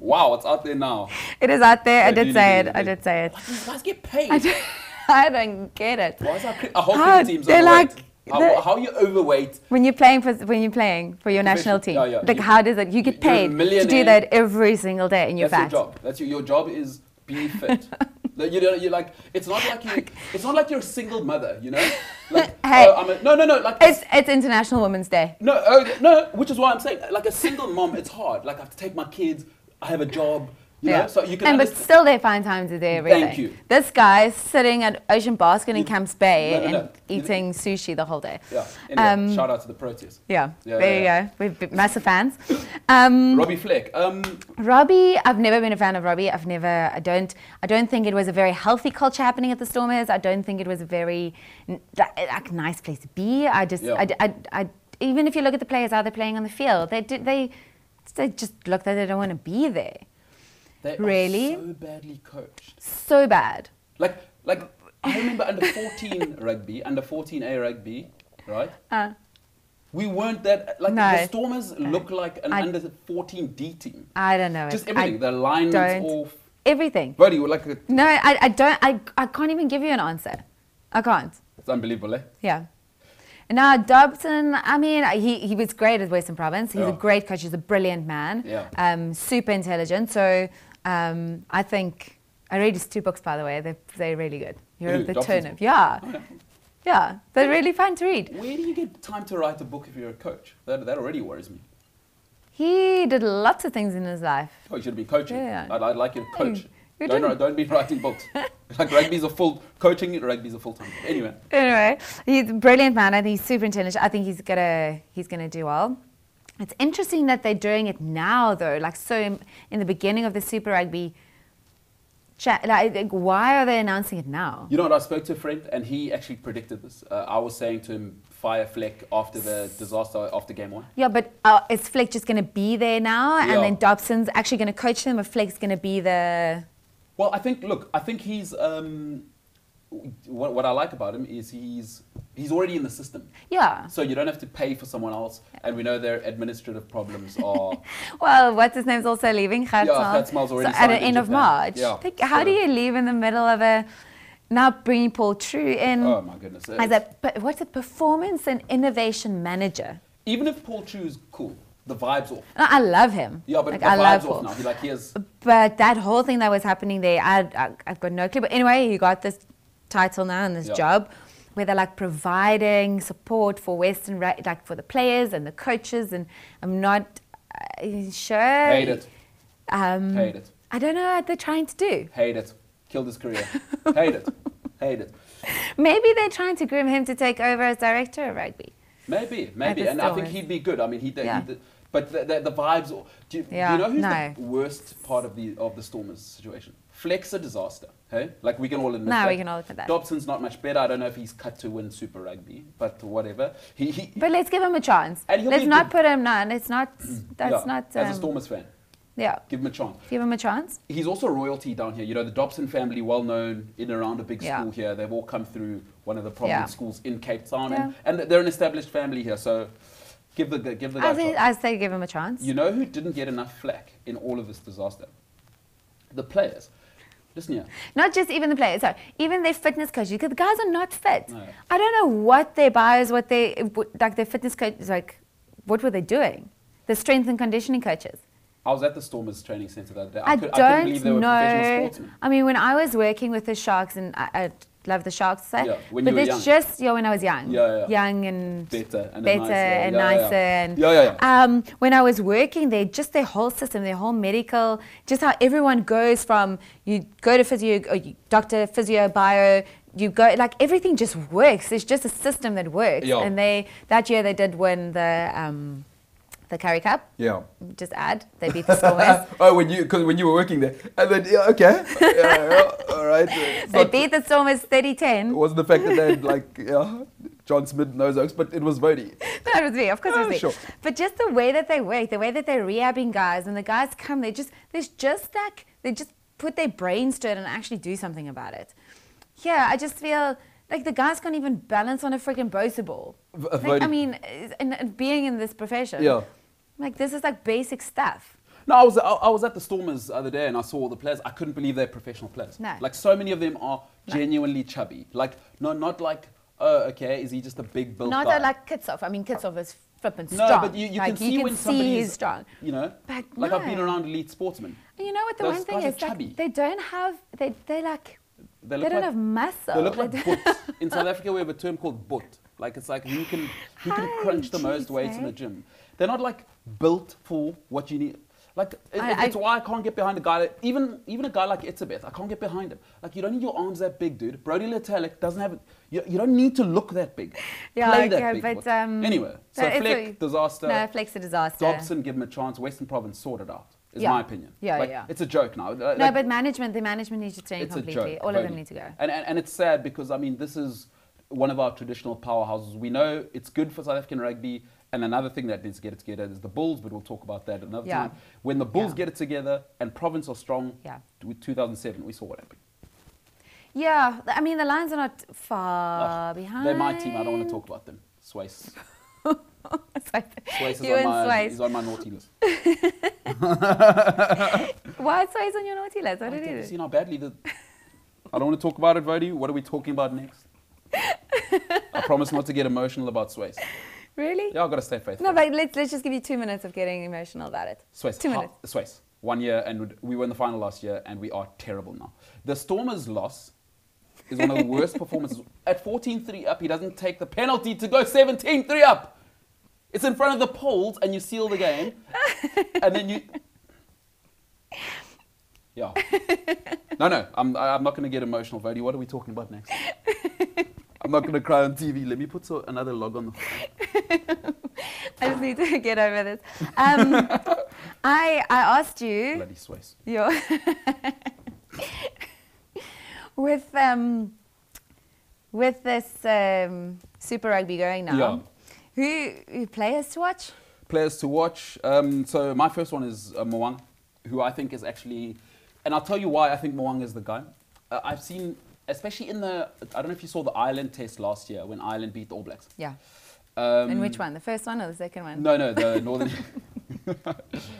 wow, it's out there now.
It is out there. I
They do
did
need
say
to
it.
do
I
that.
did say it.
These guys get paid.
I don't, I don't get it.
Why is our, cri- our whole
How-
cricket team's
they're
overweight?
like-
how,
they're-
how are you overweight?
When you're playing for when you're playing for your national team,
Professional- yeah, yeah.
like
You-
how does it? You get
you're a
paid to do
millionaire.
that every single day, and you're
That's
fat.
your job. That's your, your job is be fit. No, you know, you're like it's not like you. It's not like you're a single mother. You know, like
Hey.
oh, I'm a, no, no, no. Like
It's it's International Women's Day.
no, oh, no. Which is why I'm saying like a single mom, it's hard. Like I have to take my kids. I have a job. You know, so you can.
and but
understand-
still, they find time to do everything.
you.
This guy's sitting at Ocean Basket in
You-
Camps Bay
no, no, no. You-
and eating sushi the whole day.
yeah. Anyway,
um,
shout out to the protests.
Yeah,
Yeah,
there you
yeah,
go. We're b- massive fans. Um,
Robbie Fleck. Um,
Robbie, I've never been a fan of Robbie. I've never, I don't, I don't think it was a very healthy culture happening at the Stormers. I don't think it was a very n- li- like nice place to be. I just,
Yeah.
I d I I even if you look at the players, how they're playing on the field, they, do, they, they just look like they don't want to be there.
They
Really?
are so badly coached.
So bad.
Like, like I remember under 14 rugby, under 14A rugby, right?
Uh,
We weren't that like
No.
the Stormers look like an
I-
under 14D team.
I don't know.
Just
I
everything, the alignments
don't-
off.
Everything.
Buddy, we're like a,
No, I, I don't. I, I can't even give you an answer. I can't.
it's unbelievable. Eh?
Yeah. Now Dobson, I mean, he, he was great at Western Province. He's a
Yeah.
great coach. He's a brilliant man.
Yeah.
Um, super intelligent. So um, I think I read his two books, by the way. They're, they're really good. You're
Who,
the
Dobson's
turnip.
book?
Yeah. Yeah. They're really fun to read.
Where do you get time to write a book if you're a coach? That, that already worries me.
He did lots of things in his life.
Oh, you should be coaching.
Yeah.
I'd, I'd like you to
No,
coach.
you
don't,
didn't.
don't be writing books. like rugby's a full coaching. Rugby's a full time. Anyway,
anyway, he's a brilliant man. I think he's super intelligent. I think he's gonna he's gonna do well. It's interesting that they're doing it now, though. Like so, in, in the beginning of the Super Rugby, cha- like, like, why are they announcing it now?
you know what? I spoke to a friend, and he actually predicted this. Uh, I was saying to him, fire Fleck after the disaster after game one.
Yeah, but uh, is Fleck just gonna be there now,
Yeah.
and then Dobson's actually gonna coach them, or Fleck's gonna be the
Well, I think. Look, I think he's. Um, what, what I like about him is he's he's already in the system,
yeah?
so you don't have to pay for someone else. And we know their administrative problems are.
Well, what's his name's also leaving. Khatsmal.
Khatsmal's already
so at
signed
the
in
end of
Japan.
March.
Yeah,
Like, how do
so-
you leave in the middle of a now bringing Paul True in?
oh my goodness!
As
it's-
a, but what's a performance and innovation manager?
even if Paul Chu's cool, the vibes off.
No, I love him.
Yeah, but
Like,
the
I
vibes
love
off
him.
now. He like he has
But that whole thing that was happening there, I, I, I've got no clue. But anyway, he got this title now and this
Yeah.
job where they're like providing support for Western, Ra- like for the players and the coaches. And I'm not uh, sure.
hate it,
Um,
hate it.
I don't know what they're trying to do.
Hate it. Killed his career. Hate it. Hate it.
Maybe they're trying to groom him to take over as director of rugby.
Maybe, maybe.
the
And I think
Stormers.
he'd be good. I mean, he'd.
Yeah.
he'd but the, the, the vibes. or- Do you, do you
Yeah,
know who's
no.
the worst part of the of the Stormers situation? Flex a disaster. Hey, like we can all admit.
No,
that.
we can all admit that.
Dobson's not much better. I don't know if he's cut to win Super Rugby, but whatever. He, he
But let's give him a chance.
And he'll
let's
be
not
good. Mm.
put him. No, let's not. That's
yeah,
not. Um,
as a Stormers fan,
Yeah.
give him a chance.
Give him a chance.
he's also royalty down here. You know, the Dobson family, well known in and around a big
Yeah.
school here. They've all come through one of the prominent
Yeah.
schools in Cape Town,
Yeah.
and, and they're an established family here. So, give the give the guy.
I
a
think
shot.
I say give him a chance.
you know who didn't get enough flack in all of this disaster? The players. Listen here.
Not just even the players. Sorry, even their fitness coaches. Because the guys are not fit.
No.
I don't know what their bios, what they what- like. Their fitness coaches, like, what were they doing? The strength and conditioning coaches.
I was at the Stormers training center the other day. I,
I,
could,
don't
I couldn't believe they were professional
know.
sportsmen.
I mean, when I was working with the Sharks, and I, I love the Sharks, so,
Yeah, when
but
you were
it's
young.
just yeah, when I was young,
Yeah, yeah.
young and
Better and
better
nicer.
and
Yeah, yeah,
nicer,
yeah.
and
Yeah, yeah, yeah.
um, when I was working there, just their whole system, their whole medical, just how everyone goes from you go to physio, or you, doctor, physio, bio, you go like everything just works. There's just a system that works.
Yeah.
And they that year they did win the um, the Curry Cup.
Yeah.
Just add they beat the Stormers.
oh, when you because when you were working there, and then yeah, okay, yeah, yeah, all right. It's
they
not-
beat the Stormers 30-10.
It wasn't the fact that they had like yeah, John Smith nose oaks, but it was Vody.
No, it was me. Of course, it was
Ah,
me.
sure.
But just the way that they work, the way that they're rehabbing guys, when the guys come, they just there's just like they just put their brains to it and actually do something about it. Yeah, I just feel like the guys can't even balance on a freaking Bosa ball.
V- a
Like, I
voting-
mean, is- and, and being in this profession,
Yeah.
like this is like basic stuff.
No, I was I, I was at the Stormers the other day and I saw all the players. I couldn't believe they're professional players.
No.
Like so many of them are genuinely chubby. Like no, not like oh okay, is he just a big built
Not
guy?
that like Kitsov. I mean, Kitsov is flipping
no,
strong.
but you, you
like,
can see
you
when
see
somebody's
he's strong.
You know,
But
like I've been
no.
around elite sportsmen.
You know what the
Those
one thing
guys are
is?
chubby.
Like, they don't have they they like
They
they,
look
don't
like-
have muscle.
They look
They
like
don't-
butt. In South Africa, we have a term called butt. Like it's like who can who can
Hi,
crunch the most
jeez,
weights in
eh?
the gym. They're not like built for what you need. Like it,
I-
it-
I-
it's why I can't get behind a guy. That, even even a guy like Itzebeth, I can't get behind him. Like you don't need your arms that big, dude. Brody Letelik doesn't have. You, you don't need to look that big.
Yeah,
Play
okay,
that big.
but,
butt.
um,
anyway, so
no, it's
Fleck
a-
disaster.
No, Fleck's a disaster.
Dobson give him a chance. Western Province sort it out. Is
Yeah.
my opinion.
Yeah,
Like,
yeah.
It's a joke now. Like-
No, but management, the management needs to change
it's a
completely.
joke.
All of them
Vony.
need to go.
And, and and it's sad because I mean this is one of our traditional powerhouses. We know it's good for South African rugby. And another thing that needs to get it together is the Bulls, but we'll talk about that another
Yeah.
time. When the Bulls
Yeah.
get it together and province are strong,
Yeah.
with 2007, we saw what happened.
Yeah, th- I mean the Lions are not far
Ugh,
behind.
They're my team. I don't want to talk about them. Swace. Swace is,
you
on
and
my,
Swice.
is on my naughty list.
Why is Swice on your naughty list? What did
I don't-
he
you
do?
seen how badly the. I don't want to talk about it, Vody. What are we talking about next? I promise not to get emotional about Swace.
Really?
Yeah, I've got to stay faithful.
No, but let's, let's just give you two minutes of getting emotional about it.
Swiss.
Two
ha-
minutes.
Swiss. One year, and we were in the final last year, and we are terrible now. The Stormers' loss is one of the worst performances. At 14 3 up, he doesn't take the penalty to go 17 3 up. It's in front of the polls, and you seal the game. and then you. Yeah. No, no, I'm, I- I'm not going to get emotional, Vody. What are we talking about next? I'm not going to cry on TV. Let me put so, another log on the.
I just need to get over this. Um, I, I asked you
Bloody Swiss.
your with um, with this um, Super Rugby going now. Who, who players to watch?
players to watch. Um, so my first one is uh, Mwang, who I think is actually, and I'll tell you why I think Mwang is the guy. Uh, I've seen, especially in the, I don't know if you saw the Ireland test last year when Ireland beat the All Blacks.
Yeah.
Um,
And which one? The first one or the second one?
No, no, the Northern. no,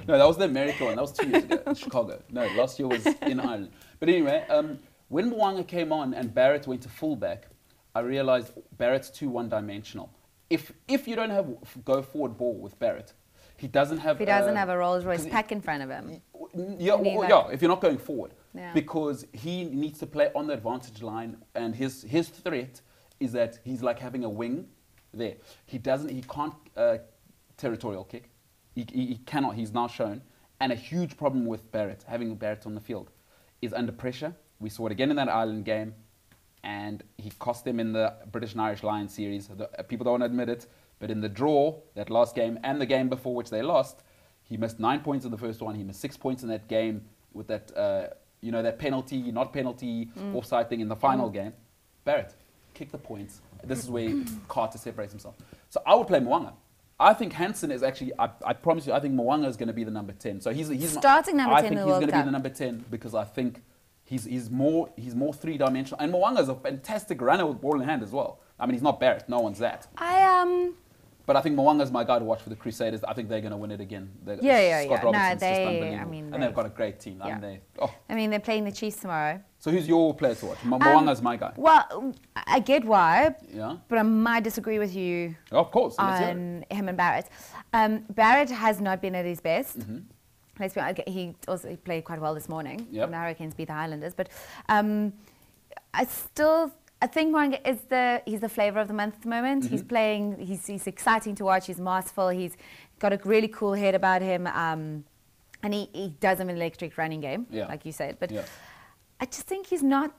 that was the America one. That was two years ago in Chicago. No, last year was in Ireland. But anyway, um, when Mwanga came on and Barrett went to fullback, I realized Barrett's too one dimensional. If, if you don't have go forward ball with Barrett, he doesn't have.
If he doesn't
uh,
have a Rolls Royce
'cause he-
pack in front of him.
yeah,
And he
or-
like-
yeah, if you're not going forward.
Yeah.
Because he needs to play on the advantage line and his, his threat is that he's like having a wing there. He doesn't he can't uh, territorial kick. He, he, he cannot, he's now shown. And a huge problem with Barrett, having Barrett on the field, is under pressure. We saw it again in that Ireland game. And he cost them in the British and Irish Lions series. The- uh, people don't want to admit it, but in the draw, that last game and the game before which they lost, he missed nine points in the first one. He missed six points in that game with that, uh, you know, that penalty, not penalty,
Mm.
offside thing in the final game. Barrett, kick the points. This is where Carter separates himself. So I would play Mwanga. I think Hansen is actually. I, I promise you, I think Mwanga is going to be the number ten. So he's he's
Starting number
I
10
think
in the
he's
World
gonna
Cup.
be the number ten because I think he's he's more he's more three dimensional. And Mwanga is a fantastic runner with ball in hand as well. I mean, he's not Barrett. No one's that.
I um
But I think Mwanga's my guy to watch for the Crusaders. I think they're going to win it again. They're-
Yeah, yeah,
Scott
yeah. No,
Robertson's just
they- I
unbelievable.
mean,
and
they-
they've got a great team. I mean,
Yeah.
they, oh.
I mean they're playing the Chiefs tomorrow.
So who's your player to watch?
Um,
Mw- Mwanga's my guy.
Well, I get why,
Yeah.
but I might disagree with you
Of course. let's hear it.
on him and Barrett. Um, Barrett has not been at his best.
Mm-hmm.
Let's be honest, he also he played quite well this morning.
Yep.
when The Hurricanes beat the Highlanders, but um, I still I think Mwanga is the he's the flavour of the month at the moment.
Mm-hmm.
He's playing. He's he's exciting to watch. He's masterful. He's got a really cool head about him. Um, and he, he does have an electric running game,
Yeah.
like you said. But
Yeah.
I just think he's not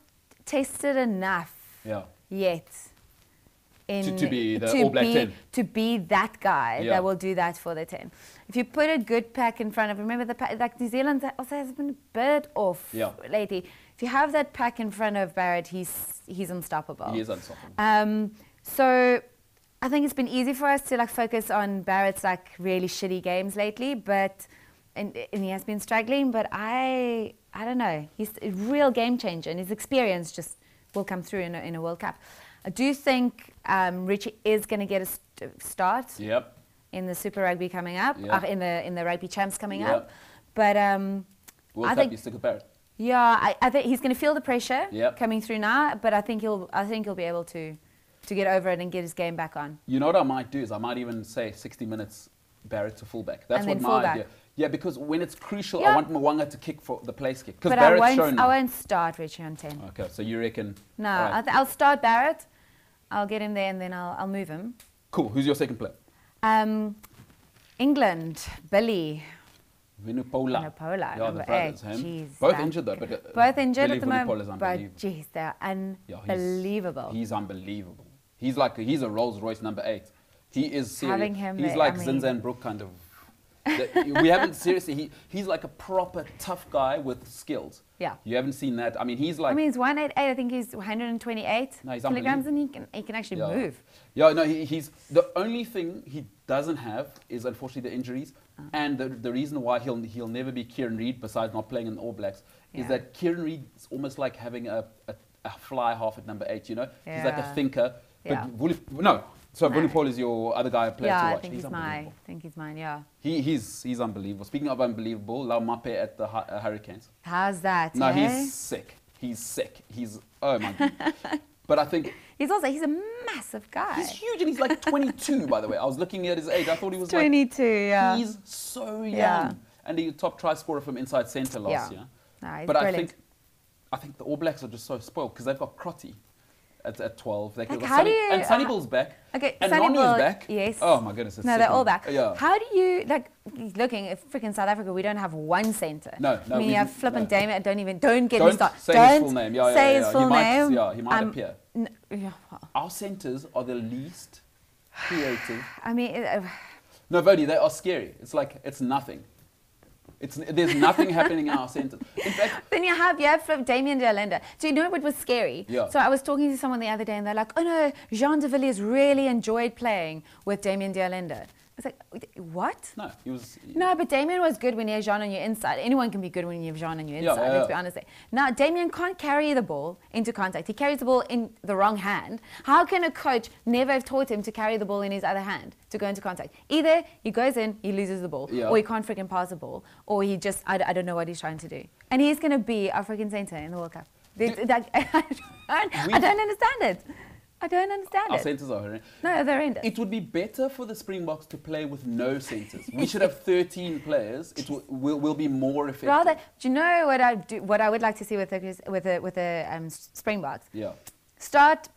tested enough
Yeah.
yet. In,
to be the All Black 10.
To be that guy
Yeah.
that will do that for the 10. If you put a good pack in front of, remember the pack, like New Zealand also has been a bit off
Yeah.
lately. If you have that pack in front of Barrett, he's, he's unstoppable.
He is unstoppable.
Um, so I think it's been easy for us to like focus on Barrett's like really shitty games lately, but and, and he has been struggling. But I I don't know. He's a real game changer, and his experience just will come through in a, in a World Cup. I do think um, Richie is going to get a st- start
Yep.
in the Super Rugby coming up,
Yeah.
uh, in the in the Rugby Champs coming
Yeah.
up. But um, I
World Cup,
think-
you stick with Barrett.
yeah, I, I think he's going to feel the pressure
Yep.
coming through now, but I think he'll I think he'll be able to to get over it and get his game back on.
You know what I might do is I might even say 60 minutes Barrett to fullback. That's
And
what
then
my
fullback.
idea. Yeah, because when it's crucial, I
Yeah.
want Mwanga to kick for the place kick because
But I
Barrett's
won't
shown.
I
now.
won't start Richie on ten.
Okay, so you reckon?
No,
all right.
I th- I'll start Barrett. I'll get him there and then I'll I'll move him.
cool. Who's your second player?
Um, England, Billy.
Vinupola.
Vinopola,
Yeah, the
number
brothers.
eight.
Him.
Jeez,
Both
that-
injured though, but uh,
Both injured
Billy
at the
Vunipola is
moment, but
unbelievable.
geez, they're
Yeah, he's-
unbelievable.
He's, unbelievable. He's like he's a Rolls Royce number eight. He is serious.
Having him
he's
there,
like
I mean-
Zinzan Brook kind of. That- we haven't seriously. He, he's like a proper tough guy with skills.
Yeah.
You haven't seen that. I mean, he's like.
I mean, he's 188. I think he's 128
No, he's
kilograms, and he can he can actually
yeah.
move.
Yeah, no, he, he's the only thing he doesn't have is unfortunately the injuries,
Ah.
and the, the reason why he'll he'll never be Kieran Reid besides not playing in the All Blacks is
Yeah.
that Kieran Reid's almost like having a, a, a fly half at number eight. You know, he's like a
Yeah.
thinker. But
Yeah.
Wooly, no, so
No.
Bully Paul is your other guy player
yeah,
to
I
watch.
think he's, my. I
unbelievable.
think he's mine. Yeah.
He, he's he's unbelievable. Speaking of unbelievable, Lau Mape at the Hu- uh, Hurricanes.
How's that?
No,
eh?
he's sick. He's sick. He's oh my. but I think
He's also he's a massive guy.
He's huge and he's like 22, by the way. I was looking at his age. I thought he was
22. yeah.
like, he's so young.
Yeah.
And he was top try scorer from inside centre last
Yeah.
year.
No, he's
but I
brilliant.
think, I think the All Blacks are just so spoiled because they've got Crotty at, at 12. They
Like,
got
how do you-
and Sunny
uh,
Bill's back.
Okay,
and
Sonny
Nonny
Bill-
is back.
Yes.
Oh my goodness. it's
No, they're
sickening.
all back.
Yeah.
How do you like looking at freaking South Africa? We don't have one centre.
No, no,
I mean,
we-
you have Flip and
no.
Damien. Don't even don't get
Don't
me started.
say his
don't
full name. Yeah, yeah,
say
yeah,
his
yeah. He
full
might-
name. Um,
yeah, he might appear.
n- yeah, well,
Our centres are the least creative.
I mean, it, uh,
No, Vodi, they are scary. It's like, it's nothing. It's, there's nothing happening in our centres. In fact,
Then you have, yeah, Flip, Damien Deolanda. Do you know what was scary?
Yeah.
So I was talking to someone the other day and they're like, oh no, Jean de Villiers really enjoyed playing with Damien Deolanda. I was like, what?
no, he was.
No, but Damien was good when you have Jean on your inside. Anyone can be good when you have Jean on your
Yeah,
inside,
yeah,
let's
yeah.
be honest. there. Now, Damien can't carry the ball into contact. He carries the ball in the wrong hand. How can a coach never have taught him to carry the ball in his other hand to go into contact? Either he goes in, he loses the ball,
Yeah.
or he can't freaking pass the ball, or he just, I, d- I don't know what he's trying to do. And he's going to be our freaking centre in the World Cup. They-
Do-
like, I, don't, I
We-
don't understand it. I don't understand
Our
it.
centres are horrendous.
no, they're in
It would be better for the Springboks to play with no centres. We should have 13 players. It will, will, will be more effective.
Rather, do you know what I do, what I would like to see with the with the with the um, s- Springboks?
yeah.
Start,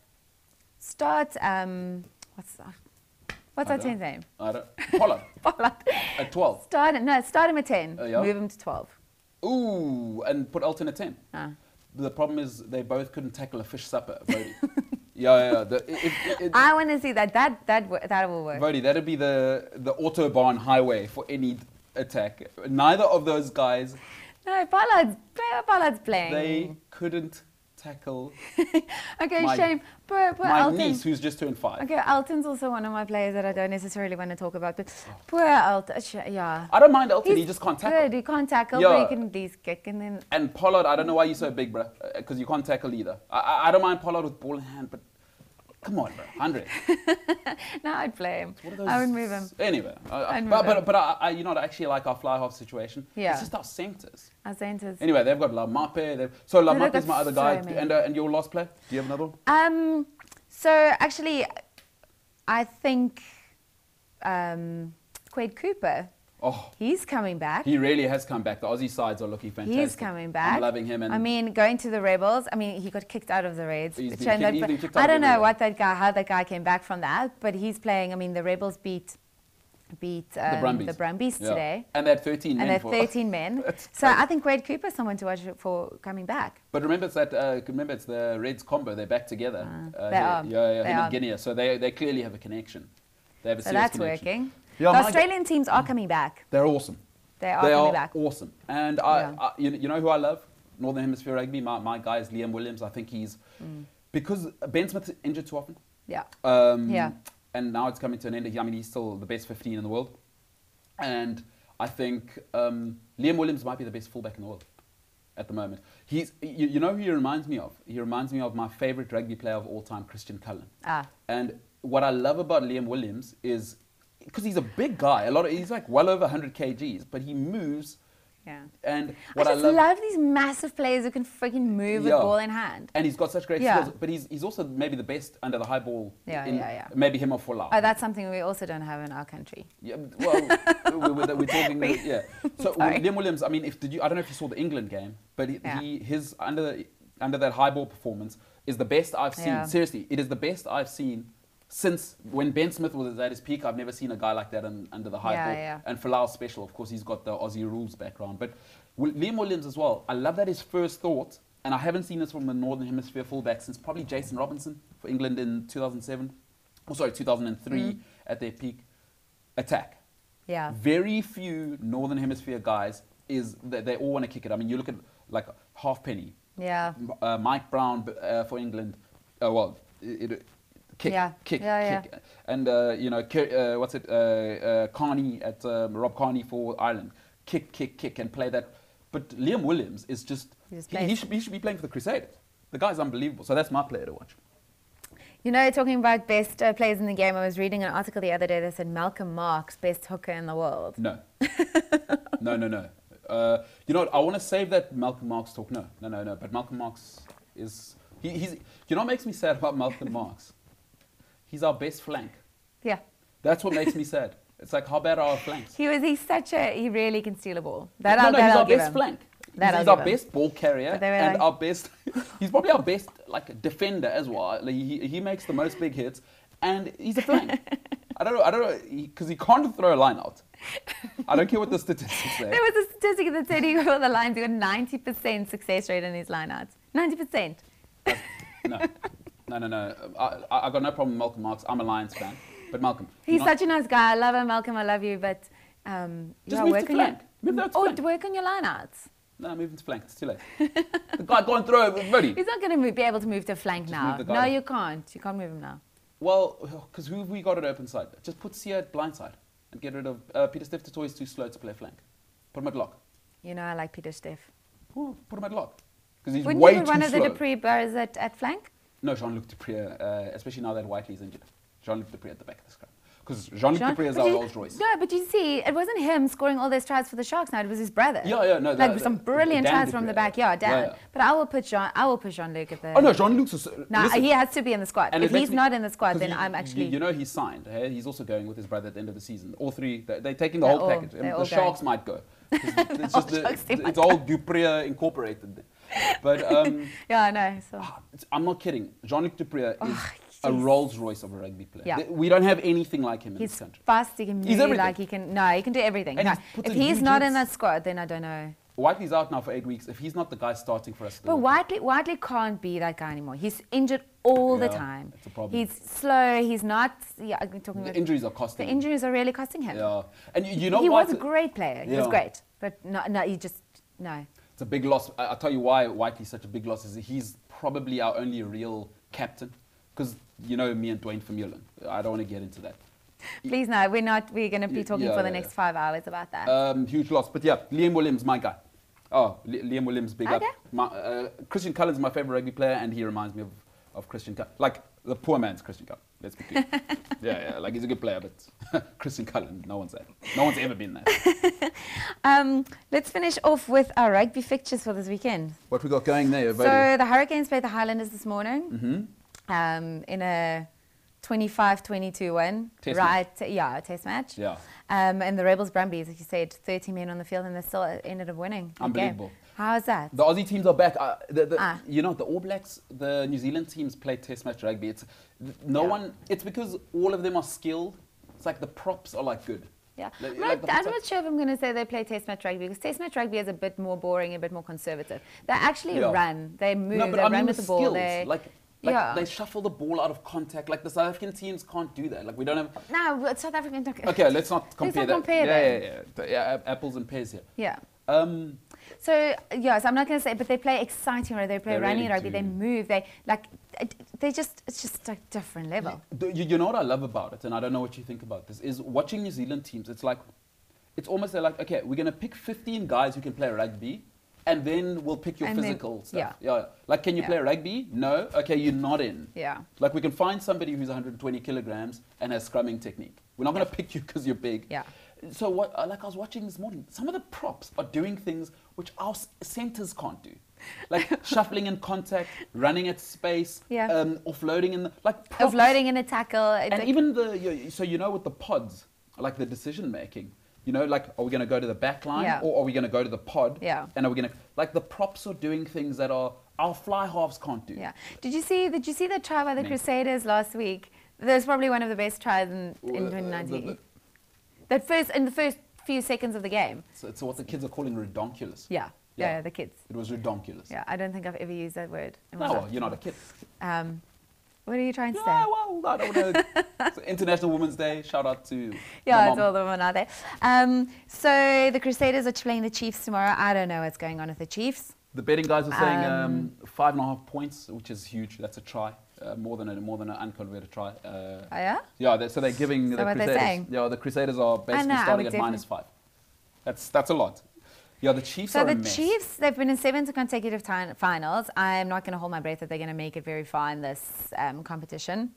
start. Um, what's that? what's
I
our
don't-
team's name?
I don't. Pollard
Pollard.
at 12.
Start him- no, start him at ten.
Oh, yeah?
Move him to twelve.
Ooh, and put Elton at 10.
Ah.
The problem is they both couldn't tackle a fish supper, Bodie. yeah, yeah, yeah. The, it, it, it,
I want to see that. That that wo- that will work.
Bodie, that'd be the, the Autobahn highway for any attack. Neither of those guys,
No, Pollard's play. Pollard's playing.
they couldn't tackle
okay,
my-
shame. Poor, poor
my
Elton.
niece, who's just turned five.
Okay, Elton's also one of my players that I don't necessarily want to talk about, but poor Elton. sh- Yeah.
Oh. I don't mind Elton, he just can't tackle.
Good. He can't tackle,
Yeah.
but he can at least kick and then
And Pollard, I don't know why you're so big, bro, because you can't tackle either. I, I, I don't mind Pollard with ball in hand, but come on, bro, Andre.
No, I'd play him.
What are those?
I would move him.
Anyway, I, I,
I'd
but,
move
but
him.
but I, I, you know, I actually like our fly half situation.
Yeah.
It's just our centers.
Our centres.
Anyway, they've got La Mape. They've, so La
They've
Mape
got
is my other
so
guy,
many.
and uh, and your last player. Do you have another one?
Um, so actually, I think um, Quade Cooper.
Oh,
He's coming back.
he really has come back. The Aussie sides are looking fantastic.
He's coming back.
I'm loving him. And
I mean, going to the Rebels. I mean, he got kicked out of the Reds.
He's
which
been
ended
kicked-
up-
he's been kicked out
I
of
don't know
everywhere.
what that guy, how that guy came back from that, but he's playing. I mean, the Rebels beat beat um,
Brumbies.
Brumbies
yeah.
today,
And they had 13 men
and they're
for-
13 men.
That's
So
crazy.
I think Quade Cooper's someone to watch for coming back.
But remember, it's that uh, remember it's the Reds combo. They're back together.
Ah,
uh,
they
here.
are.
Yeah, yeah,
They
him
are.
and Guinea. So they, they clearly have a connection. They have a
So
serious
that's
connection.
working. the
Yeah, my-
Australian teams are coming back.
They're awesome.
They are coming back.
awesome. And I,
Yeah.
I you, you know who I love? Northern Hemisphere rugby. My my guy is Liam Williams. I think he's
Mm.
because Ben Smith is injured too often.
Yeah.
Um,
Yeah.
And now it's coming to an end. He- I mean, he's still the best 15 in the world. And I think um, Liam Williams might be the best fullback in the world at the moment. He's, you, you know who he reminds me of? He reminds me of my favorite rugby player of all time, Christian Cullen.
Ah.
And what I love about Liam Williams is because he's a big guy. A lot of, he's like well over 100 kgs, but he moves.
Yeah.
And what
I just love, these massive players who can freaking move
Yeah.
with ball in hand.
and he's got such great
Yeah.
skills, but he's, he's also maybe the best under the high ball.
Yeah,
in-
yeah, yeah.
Maybe him or Folau.
Oh, that's something we also don't have in our country.
Yeah, b- well, we, we're, we're talking. yeah. So
Sorry.
Liam Williams. I mean, if did you? I don't know if you saw the England game, but he,
Yeah.
he his under under that high ball performance is the best I've seen.
Yeah.
Seriously, it is the best I've seen since when Ben Smith was at his peak. I've never seen a guy like that un- under the high
Yeah,
ball.
yeah.
And Falau special, of course, he's got the Aussie rules background. But Wi- Liam Williams as well. I love that his first thought. And I haven't seen this from a Northern Hemisphere fullback since probably Jason Robinson for England Oh, in 2007, or sorry, 2003 at their peak. Attack.
Mm-hmm. Yeah.
Very few Northern Hemisphere guys is they, they all want to kick it. I mean, you look at like Halfpenny,
Yeah.
M- uh, Mike Brown b- uh, for England. Uh, well, it, it- kick,
Yeah.
kick,
Yeah,
kick, and uh, you know, Ke- uh, what's it? Uh, uh, Carney at um, Rob Carney for Ireland. Kick, kick, kick, and play that. But Liam Williams is just
He just
he, he
plays.
should, be- he should be playing for the Crusaders. The guy's unbelievable. So that's my player to watch.
You know, talking about best uh, players in the game, I was reading an article the other day that said Malcolm Marks, best hooker in the world.
No. no, no, no. Uh, you know what? I want to save that Malcolm Marx talk. No, no, no, no. But Malcolm Marx is. He, he's, you know what makes me sad about Malcolm Marx? He's our best flank.
Yeah.
That's what makes me sad. It's like, how bad are our flanks?
He was, he's such a, he really can steal a ball. That
no,
I'll,
no,
that
he's
I'll
our
give
best
him.
flank. He's,
That I'll
he's our
give him.
best ball carrier
But they were
and
like-
our best. he's probably our best like defender as well. Like, he, he makes the most big hits, and he's a flank. I don't know. I don't know because he, can't throw a line out. I don't care what the statistics say.
There was a statistic that said he got all the lines, he got 90% success rate in his lineouts. 90%.
No, no, no, no. I, I, I got no problem with Malcolm Marks. I'm a Lions fan, but Malcolm,
He's
not-
such a nice guy. I love him, Malcolm. I love you, but um,
Just
yeah,
move
work
to
on your,
flank. Move down to
or
flank.
work on your lineouts.
no, move into flank. It's too late. the guy go and throw it, buddy.
He's not going to be able to move to flank
Just
now.
move the
No,
guy.
you can't. You can't move him now.
Well, because who have we got at open side? Just put Sia at blind side and get rid of uh, Peter Steph is too slow to play flank. Put him at lock.
You know, I like Peter Steff.
Ooh, put him at lock because he's
Wouldn't
way
you
too
put one of the
slow.
Dupree bars at, at flank?
no, Jean-Luc Dupré, uh, especially now that Whiteley's injured. Jean-Luc Dupré at the back of the scrum because Jean-Luc
Jean-
Dupré is
but
our
you-
Rolls Royce.
No, but you see, it wasn't him scoring all those tries for the Sharks. Now it was his brother.
Yeah, yeah, no,
like
the-
some
the-
brilliant
Dan
tries from
Dupree,
the
yeah.
backyard,
Yeah,
Dan.
yeah.
But I will put Jean. I will put Jean Luc at the.
Oh no, Jean-Luc's. is-
No,
listen.
he has to be in the squad.
And
if
it makes
he's
me-
not in the squad,
'cause
then
you-
I'm
you-
actually.
You, know, he's signed. Hey? He's also going with his brother at the end of the season. All three, they're, they're taking the
They're
whole
all-
package.
they're
And
all
the
going.
Sharks might go. 'Cause It's,
All
just the,
Sharks, they
it's
might
all Dupria incorporated. there. But um,
yeah, I know. So.
ah, it's- I'm not kidding. Jean-Luc Dupria is a
jeez.
Rolls Royce of a rugby player.
Yeah.
Th- We don't have anything like him in
He's
this country.
fast. He can
He's
move.
everything.
Like he can. No, he can do everything.
And
No.
he's put
If
in
he's
huge
not in
hits.
that squad, then I don't know.
Whiteley's out now for eight weeks. If he's not the guy starting for us,
But
then-
Whiteley, Whiteley can't be that guy anymore. He's injured all the
Yeah,
time.
it's a problem.
He's slow. He's not. Yeah, I'm talking
the
about
injuries are costing.
the
him.
injuries are really costing him.
Yeah, and you, you know
he
why
was a
it's a-
great player. He was
Yeah.
great, but no, no, he just no.
It's a big loss. I, I'll tell you why Whiteley's such a big loss is he's probably our only real captain. Because, you know, me and Dwayne Vermeulen. I don't want to get into that.
Please no, we're not. We're going to be
Y-
talking
yeah,
for the
yeah,
next
yeah.
five hours about that.
Um, huge loss. But yeah, Liam Williams, my guy. Oh, Li- Liam Williams, big
Okay.
up. My, uh, Christian Cullen's my favorite rugby player, and he reminds me of, of Christian Cullen. Like, the poor man's Christian Cullen. Let's be clear. yeah, yeah, like he's a good player, but Christian Cullen, no one's that. No one's ever been that.
Um, let's finish off with our rugby fixtures for this weekend.
What we got going there,
So the Hurricanes played the Highlanders this morning
Mm-hmm.
um, in a 25-22 win.
Test
right? Yeah, a test match.
Yeah.
Um, and the Rebels Brumbies, like you said, 30 men on the field, and they still ended up winning. the game.
Unbelievable.
How is that?
The Aussie teams are back. Uh, the, the,
Ah.
You know, the All Blacks, the New Zealand teams play Test match rugby. It's th- no
Yeah.
one. It's because all of them are skilled. It's like the props are like good.
Yeah,
Like-
I'm
like
not,
the
I'm
props are-
not sure if I'm going to say they play Test match rugby because Test match rugby is a bit more boring, a bit more conservative. They actually
Yeah.
run, they move,
no, but
they
I
run
mean
with the, ball.
skills.
They,
like, like
yeah.
they shuffle the ball out of contact. Like the South African teams can't do that. Like we don't have.
no, but South African.
Okay, let's not compare
not
that.
compare
yeah,
them.
yeah, yeah, The- yeah, a- Apples and pears here.
Yeah.
Um,
So yeah, so I'm not going to say, but they play exciting rugby. They play
They
running
really
rugby. They
do.
move. They like, they just it's just a different level.
Do You, you know what I love about it, and I don't know what you think about this, is watching New Zealand teams. It's like, it's almost they're like, okay, we're gonna pick 15 guys who can play rugby, and then we'll pick your
And then-
physical
yeah.
stuff. Yeah. Like, can you
Yeah.
play rugby? No. Okay, you're not in.
Yeah.
Like, we can find somebody who's 120 kilograms and has scrumming technique. We're not gonna pick you because you're big.
Yeah.
So what? uh, Like I was watching this morning, some of the props are doing things which our s- centers can't do. Like shuffling in contact, running at space,
Yeah.
um, offloading in the, like props
Offloading in a tackle. it's
and
like-
even the you- so you know with the pods like the decision making you know like are we going to go to the back line
Yeah.
or are we going to go to the pod
Yeah.
and are we going to like the props are doing things that are our fly halves can't do
yeah. Did you see? Did you see that try by the
Me.
Crusaders last week? That was probably one of the best tries in,
Uh,
in
uh,
2019.
the- the-
that first in the first few seconds of the game.
so it's what the kids are calling redonkulous
Yeah. Yeah.
Yeah.
the kids.
it was redonkulous
Yeah, I don't think I've ever used that word. in my
no
life.
you're not a kid
Um, What are you trying to
Yeah,
say?
well, I don't know. It's International Women's Day. Shout out to my
Yeah,
mom.
it's all the women out there. Um, so the Crusaders are playing the Chiefs tomorrow. I don't know what's going on with the Chiefs.
The betting guys are saying um, five and a half points, which is huge. That's a try, uh, more than a more than an unconverted try. Uh,
Oh, yeah?
yeah, they, so they're giving
So
the
what they're
Crusaders.
saying?
Yeah, the Crusaders are basically
know, I
starting
would
at minus five. That's that's a lot. Yeah, the Chiefs
So
are a
the
mess.
Chiefs, they've been in seven consecutive ti- finals. I'm not going to hold my breath that they're going to make it very far in this um, competition.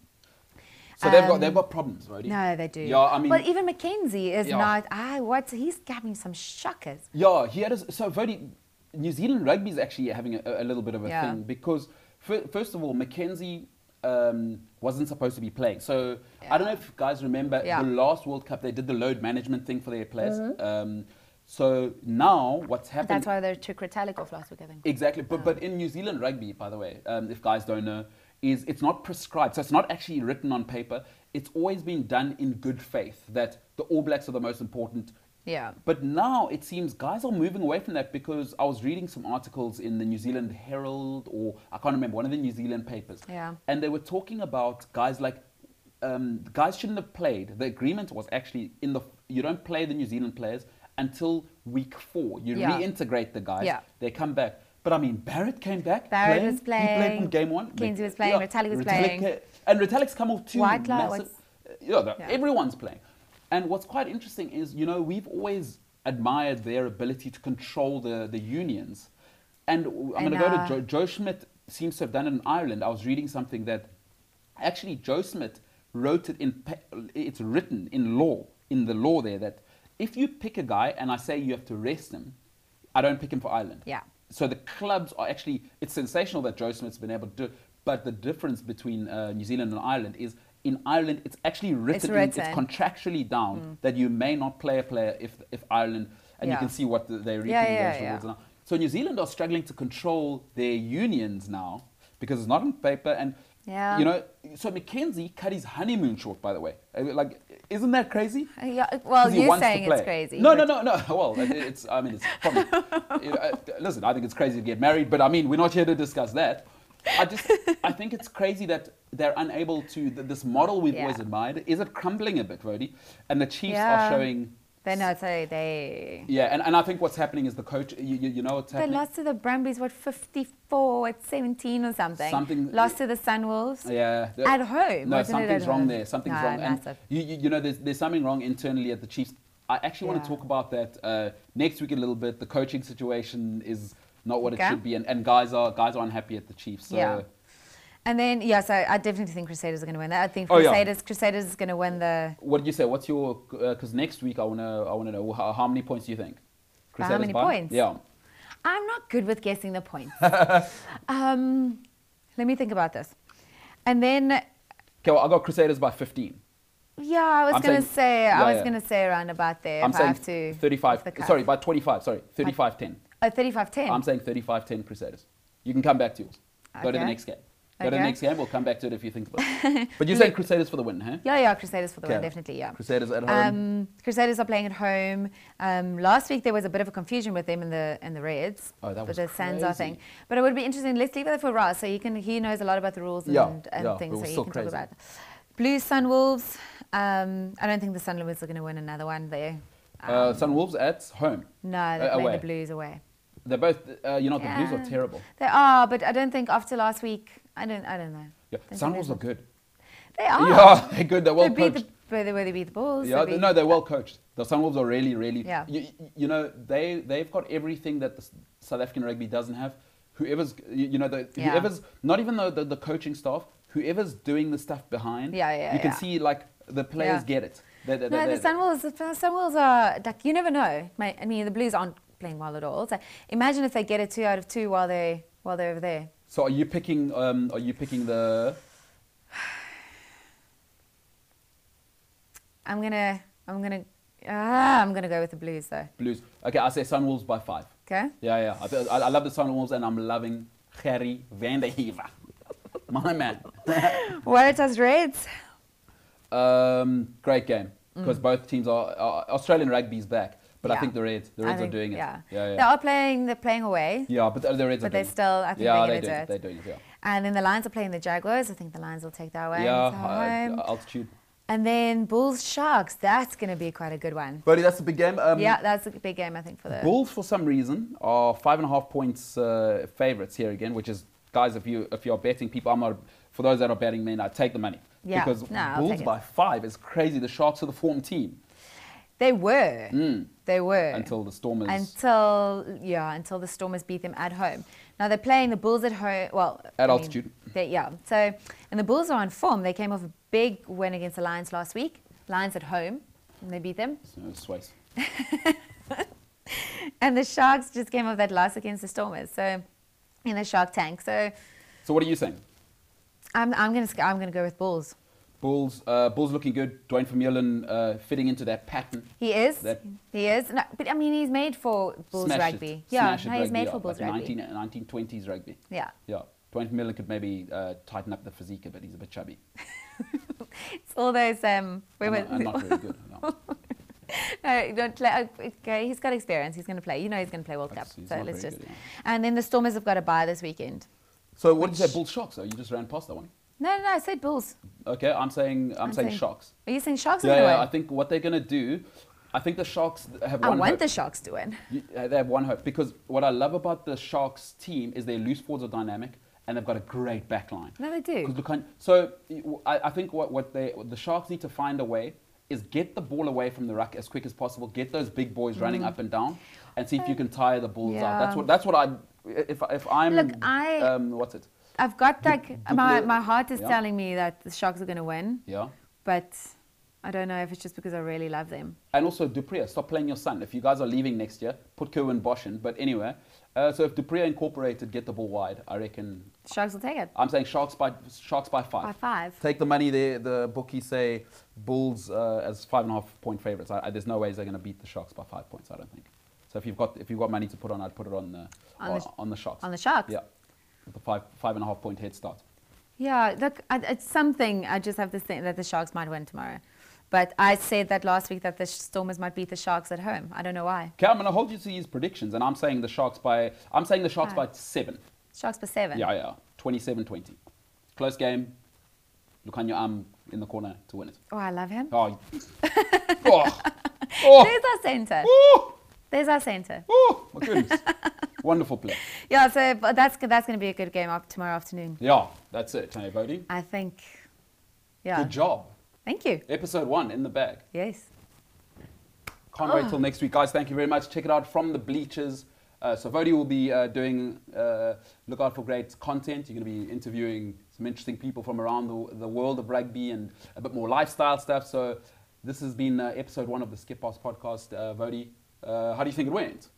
So they've got
um,
they've got problems already.
No, they do.
Yeah, I mean,
but even McKenzie is
Yeah.
not. I what he's having some shockers.
Yeah, he had a, so Vody, New Zealand rugby is actually having a, a little bit of a
Yeah.
thing because fir- first of all, Mackenzie um, wasn't supposed to be playing. So I don't know if guys remember
Yeah. Mm-hmm.
the last World Cup they did the load management thing for their players. Um, so now what's happened?
That's why they took Retallick off last week, I think.
Exactly, but but in New Zealand rugby, by the way, um, if guys don't know, is it's not prescribed, so it's not actually written on paper. It's always been done in good faith that the All Blacks are the most important.
Yeah.
But now it seems guys are moving away from that because I was reading some articles in the New Zealand Herald or I can't remember one of the New Zealand papers.
Yeah.
And they were talking about guys like um, guys shouldn't have played. The agreement was actually in the you don't play the New Zealand players until week four. You
Yeah.
reintegrate the guys.
Yeah.
They come back. But I mean, Barrett came back.
Barrett was
He played
playing.
from game one.
Kinsey was playing. Retallick was playing.
ca- and Retallick's come off two
White Light
massive. yeah, the-
Yeah.
everyone's playing. And what's quite interesting is, you know, we've always admired their ability to control the, the unions. And w- I'm
And,
going to
uh,
go to Joe, Joe Schmidt. Seems to have done it in Ireland. I was reading something that actually Joe Schmidt wrote it in. pa- It's written in law, in the law there that if you pick a guy and I say you have to arrest him, I don't pick him for Ireland.
Yeah.
So the clubs are actually, it's sensational that Joe Smith's been able to do it, but the difference between uh, New Zealand and Ireland is in Ireland, it's actually written, in-
written. Mm.
contractually down that you may not play a player if, if Ireland, and you
Yeah.
can see what the, they
Yeah, yeah,
recommendation
yeah.
rules are now. So New Zealand are struggling to control their unions now because it's not on paper and,
Yeah.
you know, so McKenzie cut his honeymoon short, by the way. Uh, Like, isn't that crazy?
Uh, Yeah, well,
'Cause he
you're
wants to
saying it's
play.
crazy.
No,
but-
no, no, no. Well, it- it's. I mean, it's. Probably, you know, uh, listen, I think it's crazy to get married, but I mean, we're not here to discuss that. I just, I think it's crazy that they're unable to. That this model we've
Yeah.
always admired is it crumbling a bit, Vody, and the Chiefs
Yeah.
are showing.
They're not. So they.
Yeah, and, and I think what's happening is the coach. You, you, you know what's
They
happening.
lost to the Brumbies, what, 54 at 17 or something?
Something-
Lost to the Sunwolves.
Yeah. the-
At home,
No,
wasn't it
something's
at
wrong
home?
there. Something's
No,
wrong. And
massive.
you, you, you know, there's, there's something wrong internally at the Chiefs. I actually want
Yeah.
to talk about that uh, next week a little bit. The coaching situation is not what
Okay.
it should be, and, and guys are guys are unhappy at the Chiefs. So
Yeah. And then, yeah, so I definitely think Crusaders are going to win that. I think
Oh, yeah.
Crusaders, Crusaders is going to win the.
what did you say? What's your? Because next week I wanna I wanna know how, how many points do you think?
By how
Crusaders
many
by?
points?
Yeah.
I'm not good with guessing the points. um, let me think about this. And then,
Okay, well, I got Crusaders by 15.
yeah, I was
I'm
going to
saying-
say,
yeah,
I was
yeah.
going to say around about there
I'm
if I
saying
have to.
35.
off the cuff.
Sorry, by 25. Sorry, 35-10.
Oh, 35 10.
I'm saying 35-10 Crusaders. You can come back to yours. Go to the
Okay.
next game. Go to the
Okay.
next game. We'll come back to it if you think about it. But you said Crusaders for the win, huh?
yeah, yeah, Crusaders for the win,
Okay.
definitely, yeah.
Crusaders at home.
Um, Crusaders are playing at home. Um, last week there was a bit of a confusion with them and the and the Reds.
Oh, that
with
was
the Sansa thing.
crazy.
But it would be interesting. Let's leave that for Ross, so he can he knows a lot about the rules and,
Yeah,
and
yeah,
things, so
but it was
he
still
can
crazy.
talk about. it. Blue Sun Wolves. Um, I don't think the Sun Wolves are going to win another one there. um,
uh, Sun Wolves at home.
No, they're
uh,
playing
away.
the Blues away.
They're both, uh, you know, the Blues
Yeah.
are terrible.
They are, but I don't think after last week. I don't. I don't know.
Yeah.
Don't
Sun
think
Wolves
they're-
are good.
They are.
Yeah, they're good. They're well
Oh! they beat
coached.
the, they, they beat the Bulls.
Yeah,
they
they-
beat-
no, they're well coached. The Sunwolves are really, really.
Yeah.
You, you know, they they've got everything that the S- South African rugby doesn't have. Whoever's, you you know, the,
Yeah.
whoever's not even though the, the coaching staff, whoever's doing the stuff behind.
Yeah, yeah,
You can
yeah.
see like the players
Yeah.
get it. They- they-
No,
they-
the Sunwolves, the Sunwolves are like you never know. My, I mean, the Blues aren't playing well at all. So imagine if they get a two out of two while they while they're over there.
so are you picking? Um, are you picking the?
I'm gonna, I'm gonna, ah, I'm gonna go with the Blues though.
Blues. Okay, I say Sunwolves by five.
Okay.
Yeah, yeah. I, th- I, I love the Sunwolves and I'm loving Gerry van der Heever. My man.
Waratahs Reds.
Um, great game because both teams are, are Australian rugby's back, but
Mm.
I
Yeah.
think the Reds, the
I
Reds
think-
are doing it.
Yeah.
yeah,
They
yeah.
are playing. They're playing away.
Yeah, but the, the Reds are
But
doing
they're
it.
still- I think
yeah,
they're gonna
they're doing
do
it.
it.
They're doing it. Yeah.
And then the Lions are playing the Jaguars. I think the Lions will take that one.
yeah,
It's at
high-
home.
altitude.
And then Bulls Sharks. That's going to be quite a good one.
But that's a big game. Um,
yeah, that's a big game I think for the
Bulls, for some reason, are five and a half points uh, favorites here again, which is, guys, if you if you're betting people, I'm not. For those that are betting men, I take the money
Yeah,
because
no, I'll
Bulls
take it.
by five is crazy. The Sharks are the form team
They were. They were.
until the Stormers.
Until yeah, until the Stormers beat them at home. Now they're playing the Bulls at home. Well,
At
mean,
altitude.
they, yeah. So and the Bulls are on form. They came off a big win against the Lions last week. Lions at home, and they beat them.
No, it's waste.
And the Sharks just came off that loss against the Stormers. So in the Shark Tank. So
So what are you saying?
I'm I'm gonna sc- I'm gonna go with Bulls.
Bulls, uh, Bulls looking good. Dwayne Vermeulen uh, fitting into that pattern.
He is.
That-
he is. No, but I mean, he's made for Bulls
Smash it.
rugby. Yeah,
Smash it
no, he's
rugby,
made
yeah,
for Bulls
like
rugby.
19, 1920s rugby.
Yeah.
Yeah. Dwayne Vermeulen could maybe uh, tighten up the physique a bit. He's a bit chubby.
It's all those um. where were-
I'm, not, I'm not very good. No.
No, don't play. oh, Okay, he's got experience. He's going to play. You know, he's going to play World Cup.
That's- he's
So
not
let's
very
just.
good,
And then the Stormers have got a bye this weekend.
So what did you say? Bulls Sharks. though? you just ran past that one.
No, no, no. I said Bulls.
Okay, I'm saying I'm,
I'm
saying,
saying-
Sharks.
Are you saying Sharks are
Yeah,
going
yeah, I
to win?
think what they're gonna do, I think the Sharks have
I,
one
want
hope.
the Sharks to win.
You- uh, they have one hope because what I love about the Sharks team is their loose forwards are dynamic and they've got a great back line.
No, they do.
'Cause look on- so you- I, I think what, what they what the Sharks need to find a way is get the ball away from the ruck as quick as possible. Get those big boys running up and down, and see if you can tire the Bulls out. That's
Mm-hmm. Uh, Yeah.
what that's what I if if I'm
Look, I-
um, what's it
I've got like
the
my
blue-
my heart is
yeah.
telling me that the Sharks are going to win,
yeah.
but I don't know if it's just because I really love them.
And also Dupria, stop playing your son. If you guys are leaving next year, put Kerwin Bosch in. But anyway, uh, so if Dupria Incorporated get the ball wide, I reckon.
Sharks will take it
I'm saying Sharks by Sharks by five.
by five.
Take the money there. The bookies say Bulls uh, as five and a half point favorites. I, I, there's no ways they're going to beat the Sharks by five points. I don't think. So if you've got if you've got money to put on, I'd put it on the
On
on,
the-
on the Sharks.
on the Sharks?
Yeah, with the five five and a half point head start.
Yeah, look, I, it's something. I just have this thing that the Sharks might win tomorrow. But I said that last week that the Stormers might beat the Sharks at home. I don't know why.
Okay, I'm going to hold you to these predictions, and I'm saying the Sharks by I'm saying the Sharks
Five.
by seven.
Sharks by seven.
Yeah, yeah. 27-20. Close game. Look on your arm in the corner to win it.
Oh, I love him.
Oh. oh. Oh.
There's our centre.
Oh.
There's our centre.
Oh. My goodness. Wonderful play.
Yeah, so but that's that's going to be a good game up tomorrow afternoon.
Yeah, that's it. Hey, Bodhi.
I think. Yeah.
Good job.
Thank you.
Episode one in the bag.
Yes.
Can't wait till next week, guys. Thank you very much. Check it out from the bleachers. Uh, so Vodi will be uh, doing uh, look out for great content. You're going to be interviewing some interesting people from around the, the world of rugby and a bit more lifestyle stuff. So this has been uh, episode one of the Skip Pass podcast. Uh, Vodi, uh, how do you think it went?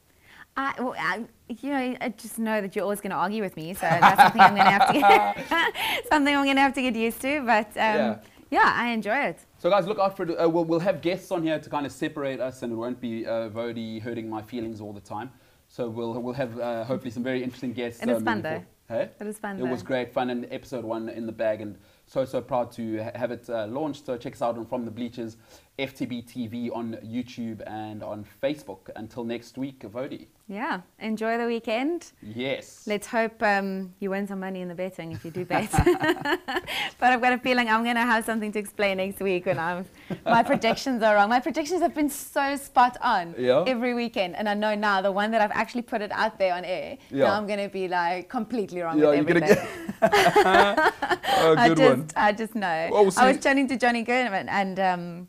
I, well, I, you know, I just know that you're always going to argue with me, so that's something I'm going to have to get, something I'm going to have to get used to. But um,
Yeah.
yeah. I enjoy it.
So guys, look out for it. Uh, we'll, we'll have guests on here to kind of separate us, and it won't be uh, Vodi hurting my feelings all the time. So we'll we'll have uh, hopefully some very interesting guests.
It
uh,
was fun,
moving
though.
forward. Hey?
It was fun,
It was
though.
great fun, and episode one in the bag, and so so proud to ha- have it uh, launched. So check us out on From the Bleachers, FTB TV on YouTube and on Facebook. Until next week, Vodi.
Yeah, enjoy the weekend.
Yes.
Let's hope um, you win some money in the betting if you do bet. but I've got a feeling I'm going to have something to explain next week when I'm, my predictions are wrong. My predictions have been so spot on
Yeah.
every weekend. And I know now the one that I've actually put it out there on air,
Yeah.
now I'm going to be like completely wrong
Yeah,
with
you're gonna
everything.
oh,
I just, I just know.
Well, we'll
I
see.
was chatting to Johnny Goodman and um,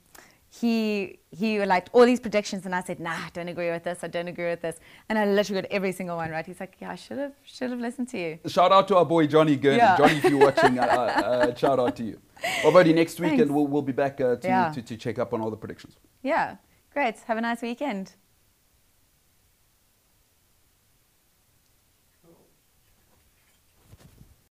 he he liked all these predictions and I said, nah, I don't agree with this, I don't agree with this. And I literally got every single one right. He's like, yeah, I should have should have listened to you.
Shout out to our boy Johnny Gurn.
Yeah.
Johnny, if you're watching, uh, uh, shout out to you. Well, Bodhi, next week,
Thanks.
and we'll, we'll be back uh, to,
Yeah.
to, to check up on all the predictions.
Yeah, great. Have a nice weekend.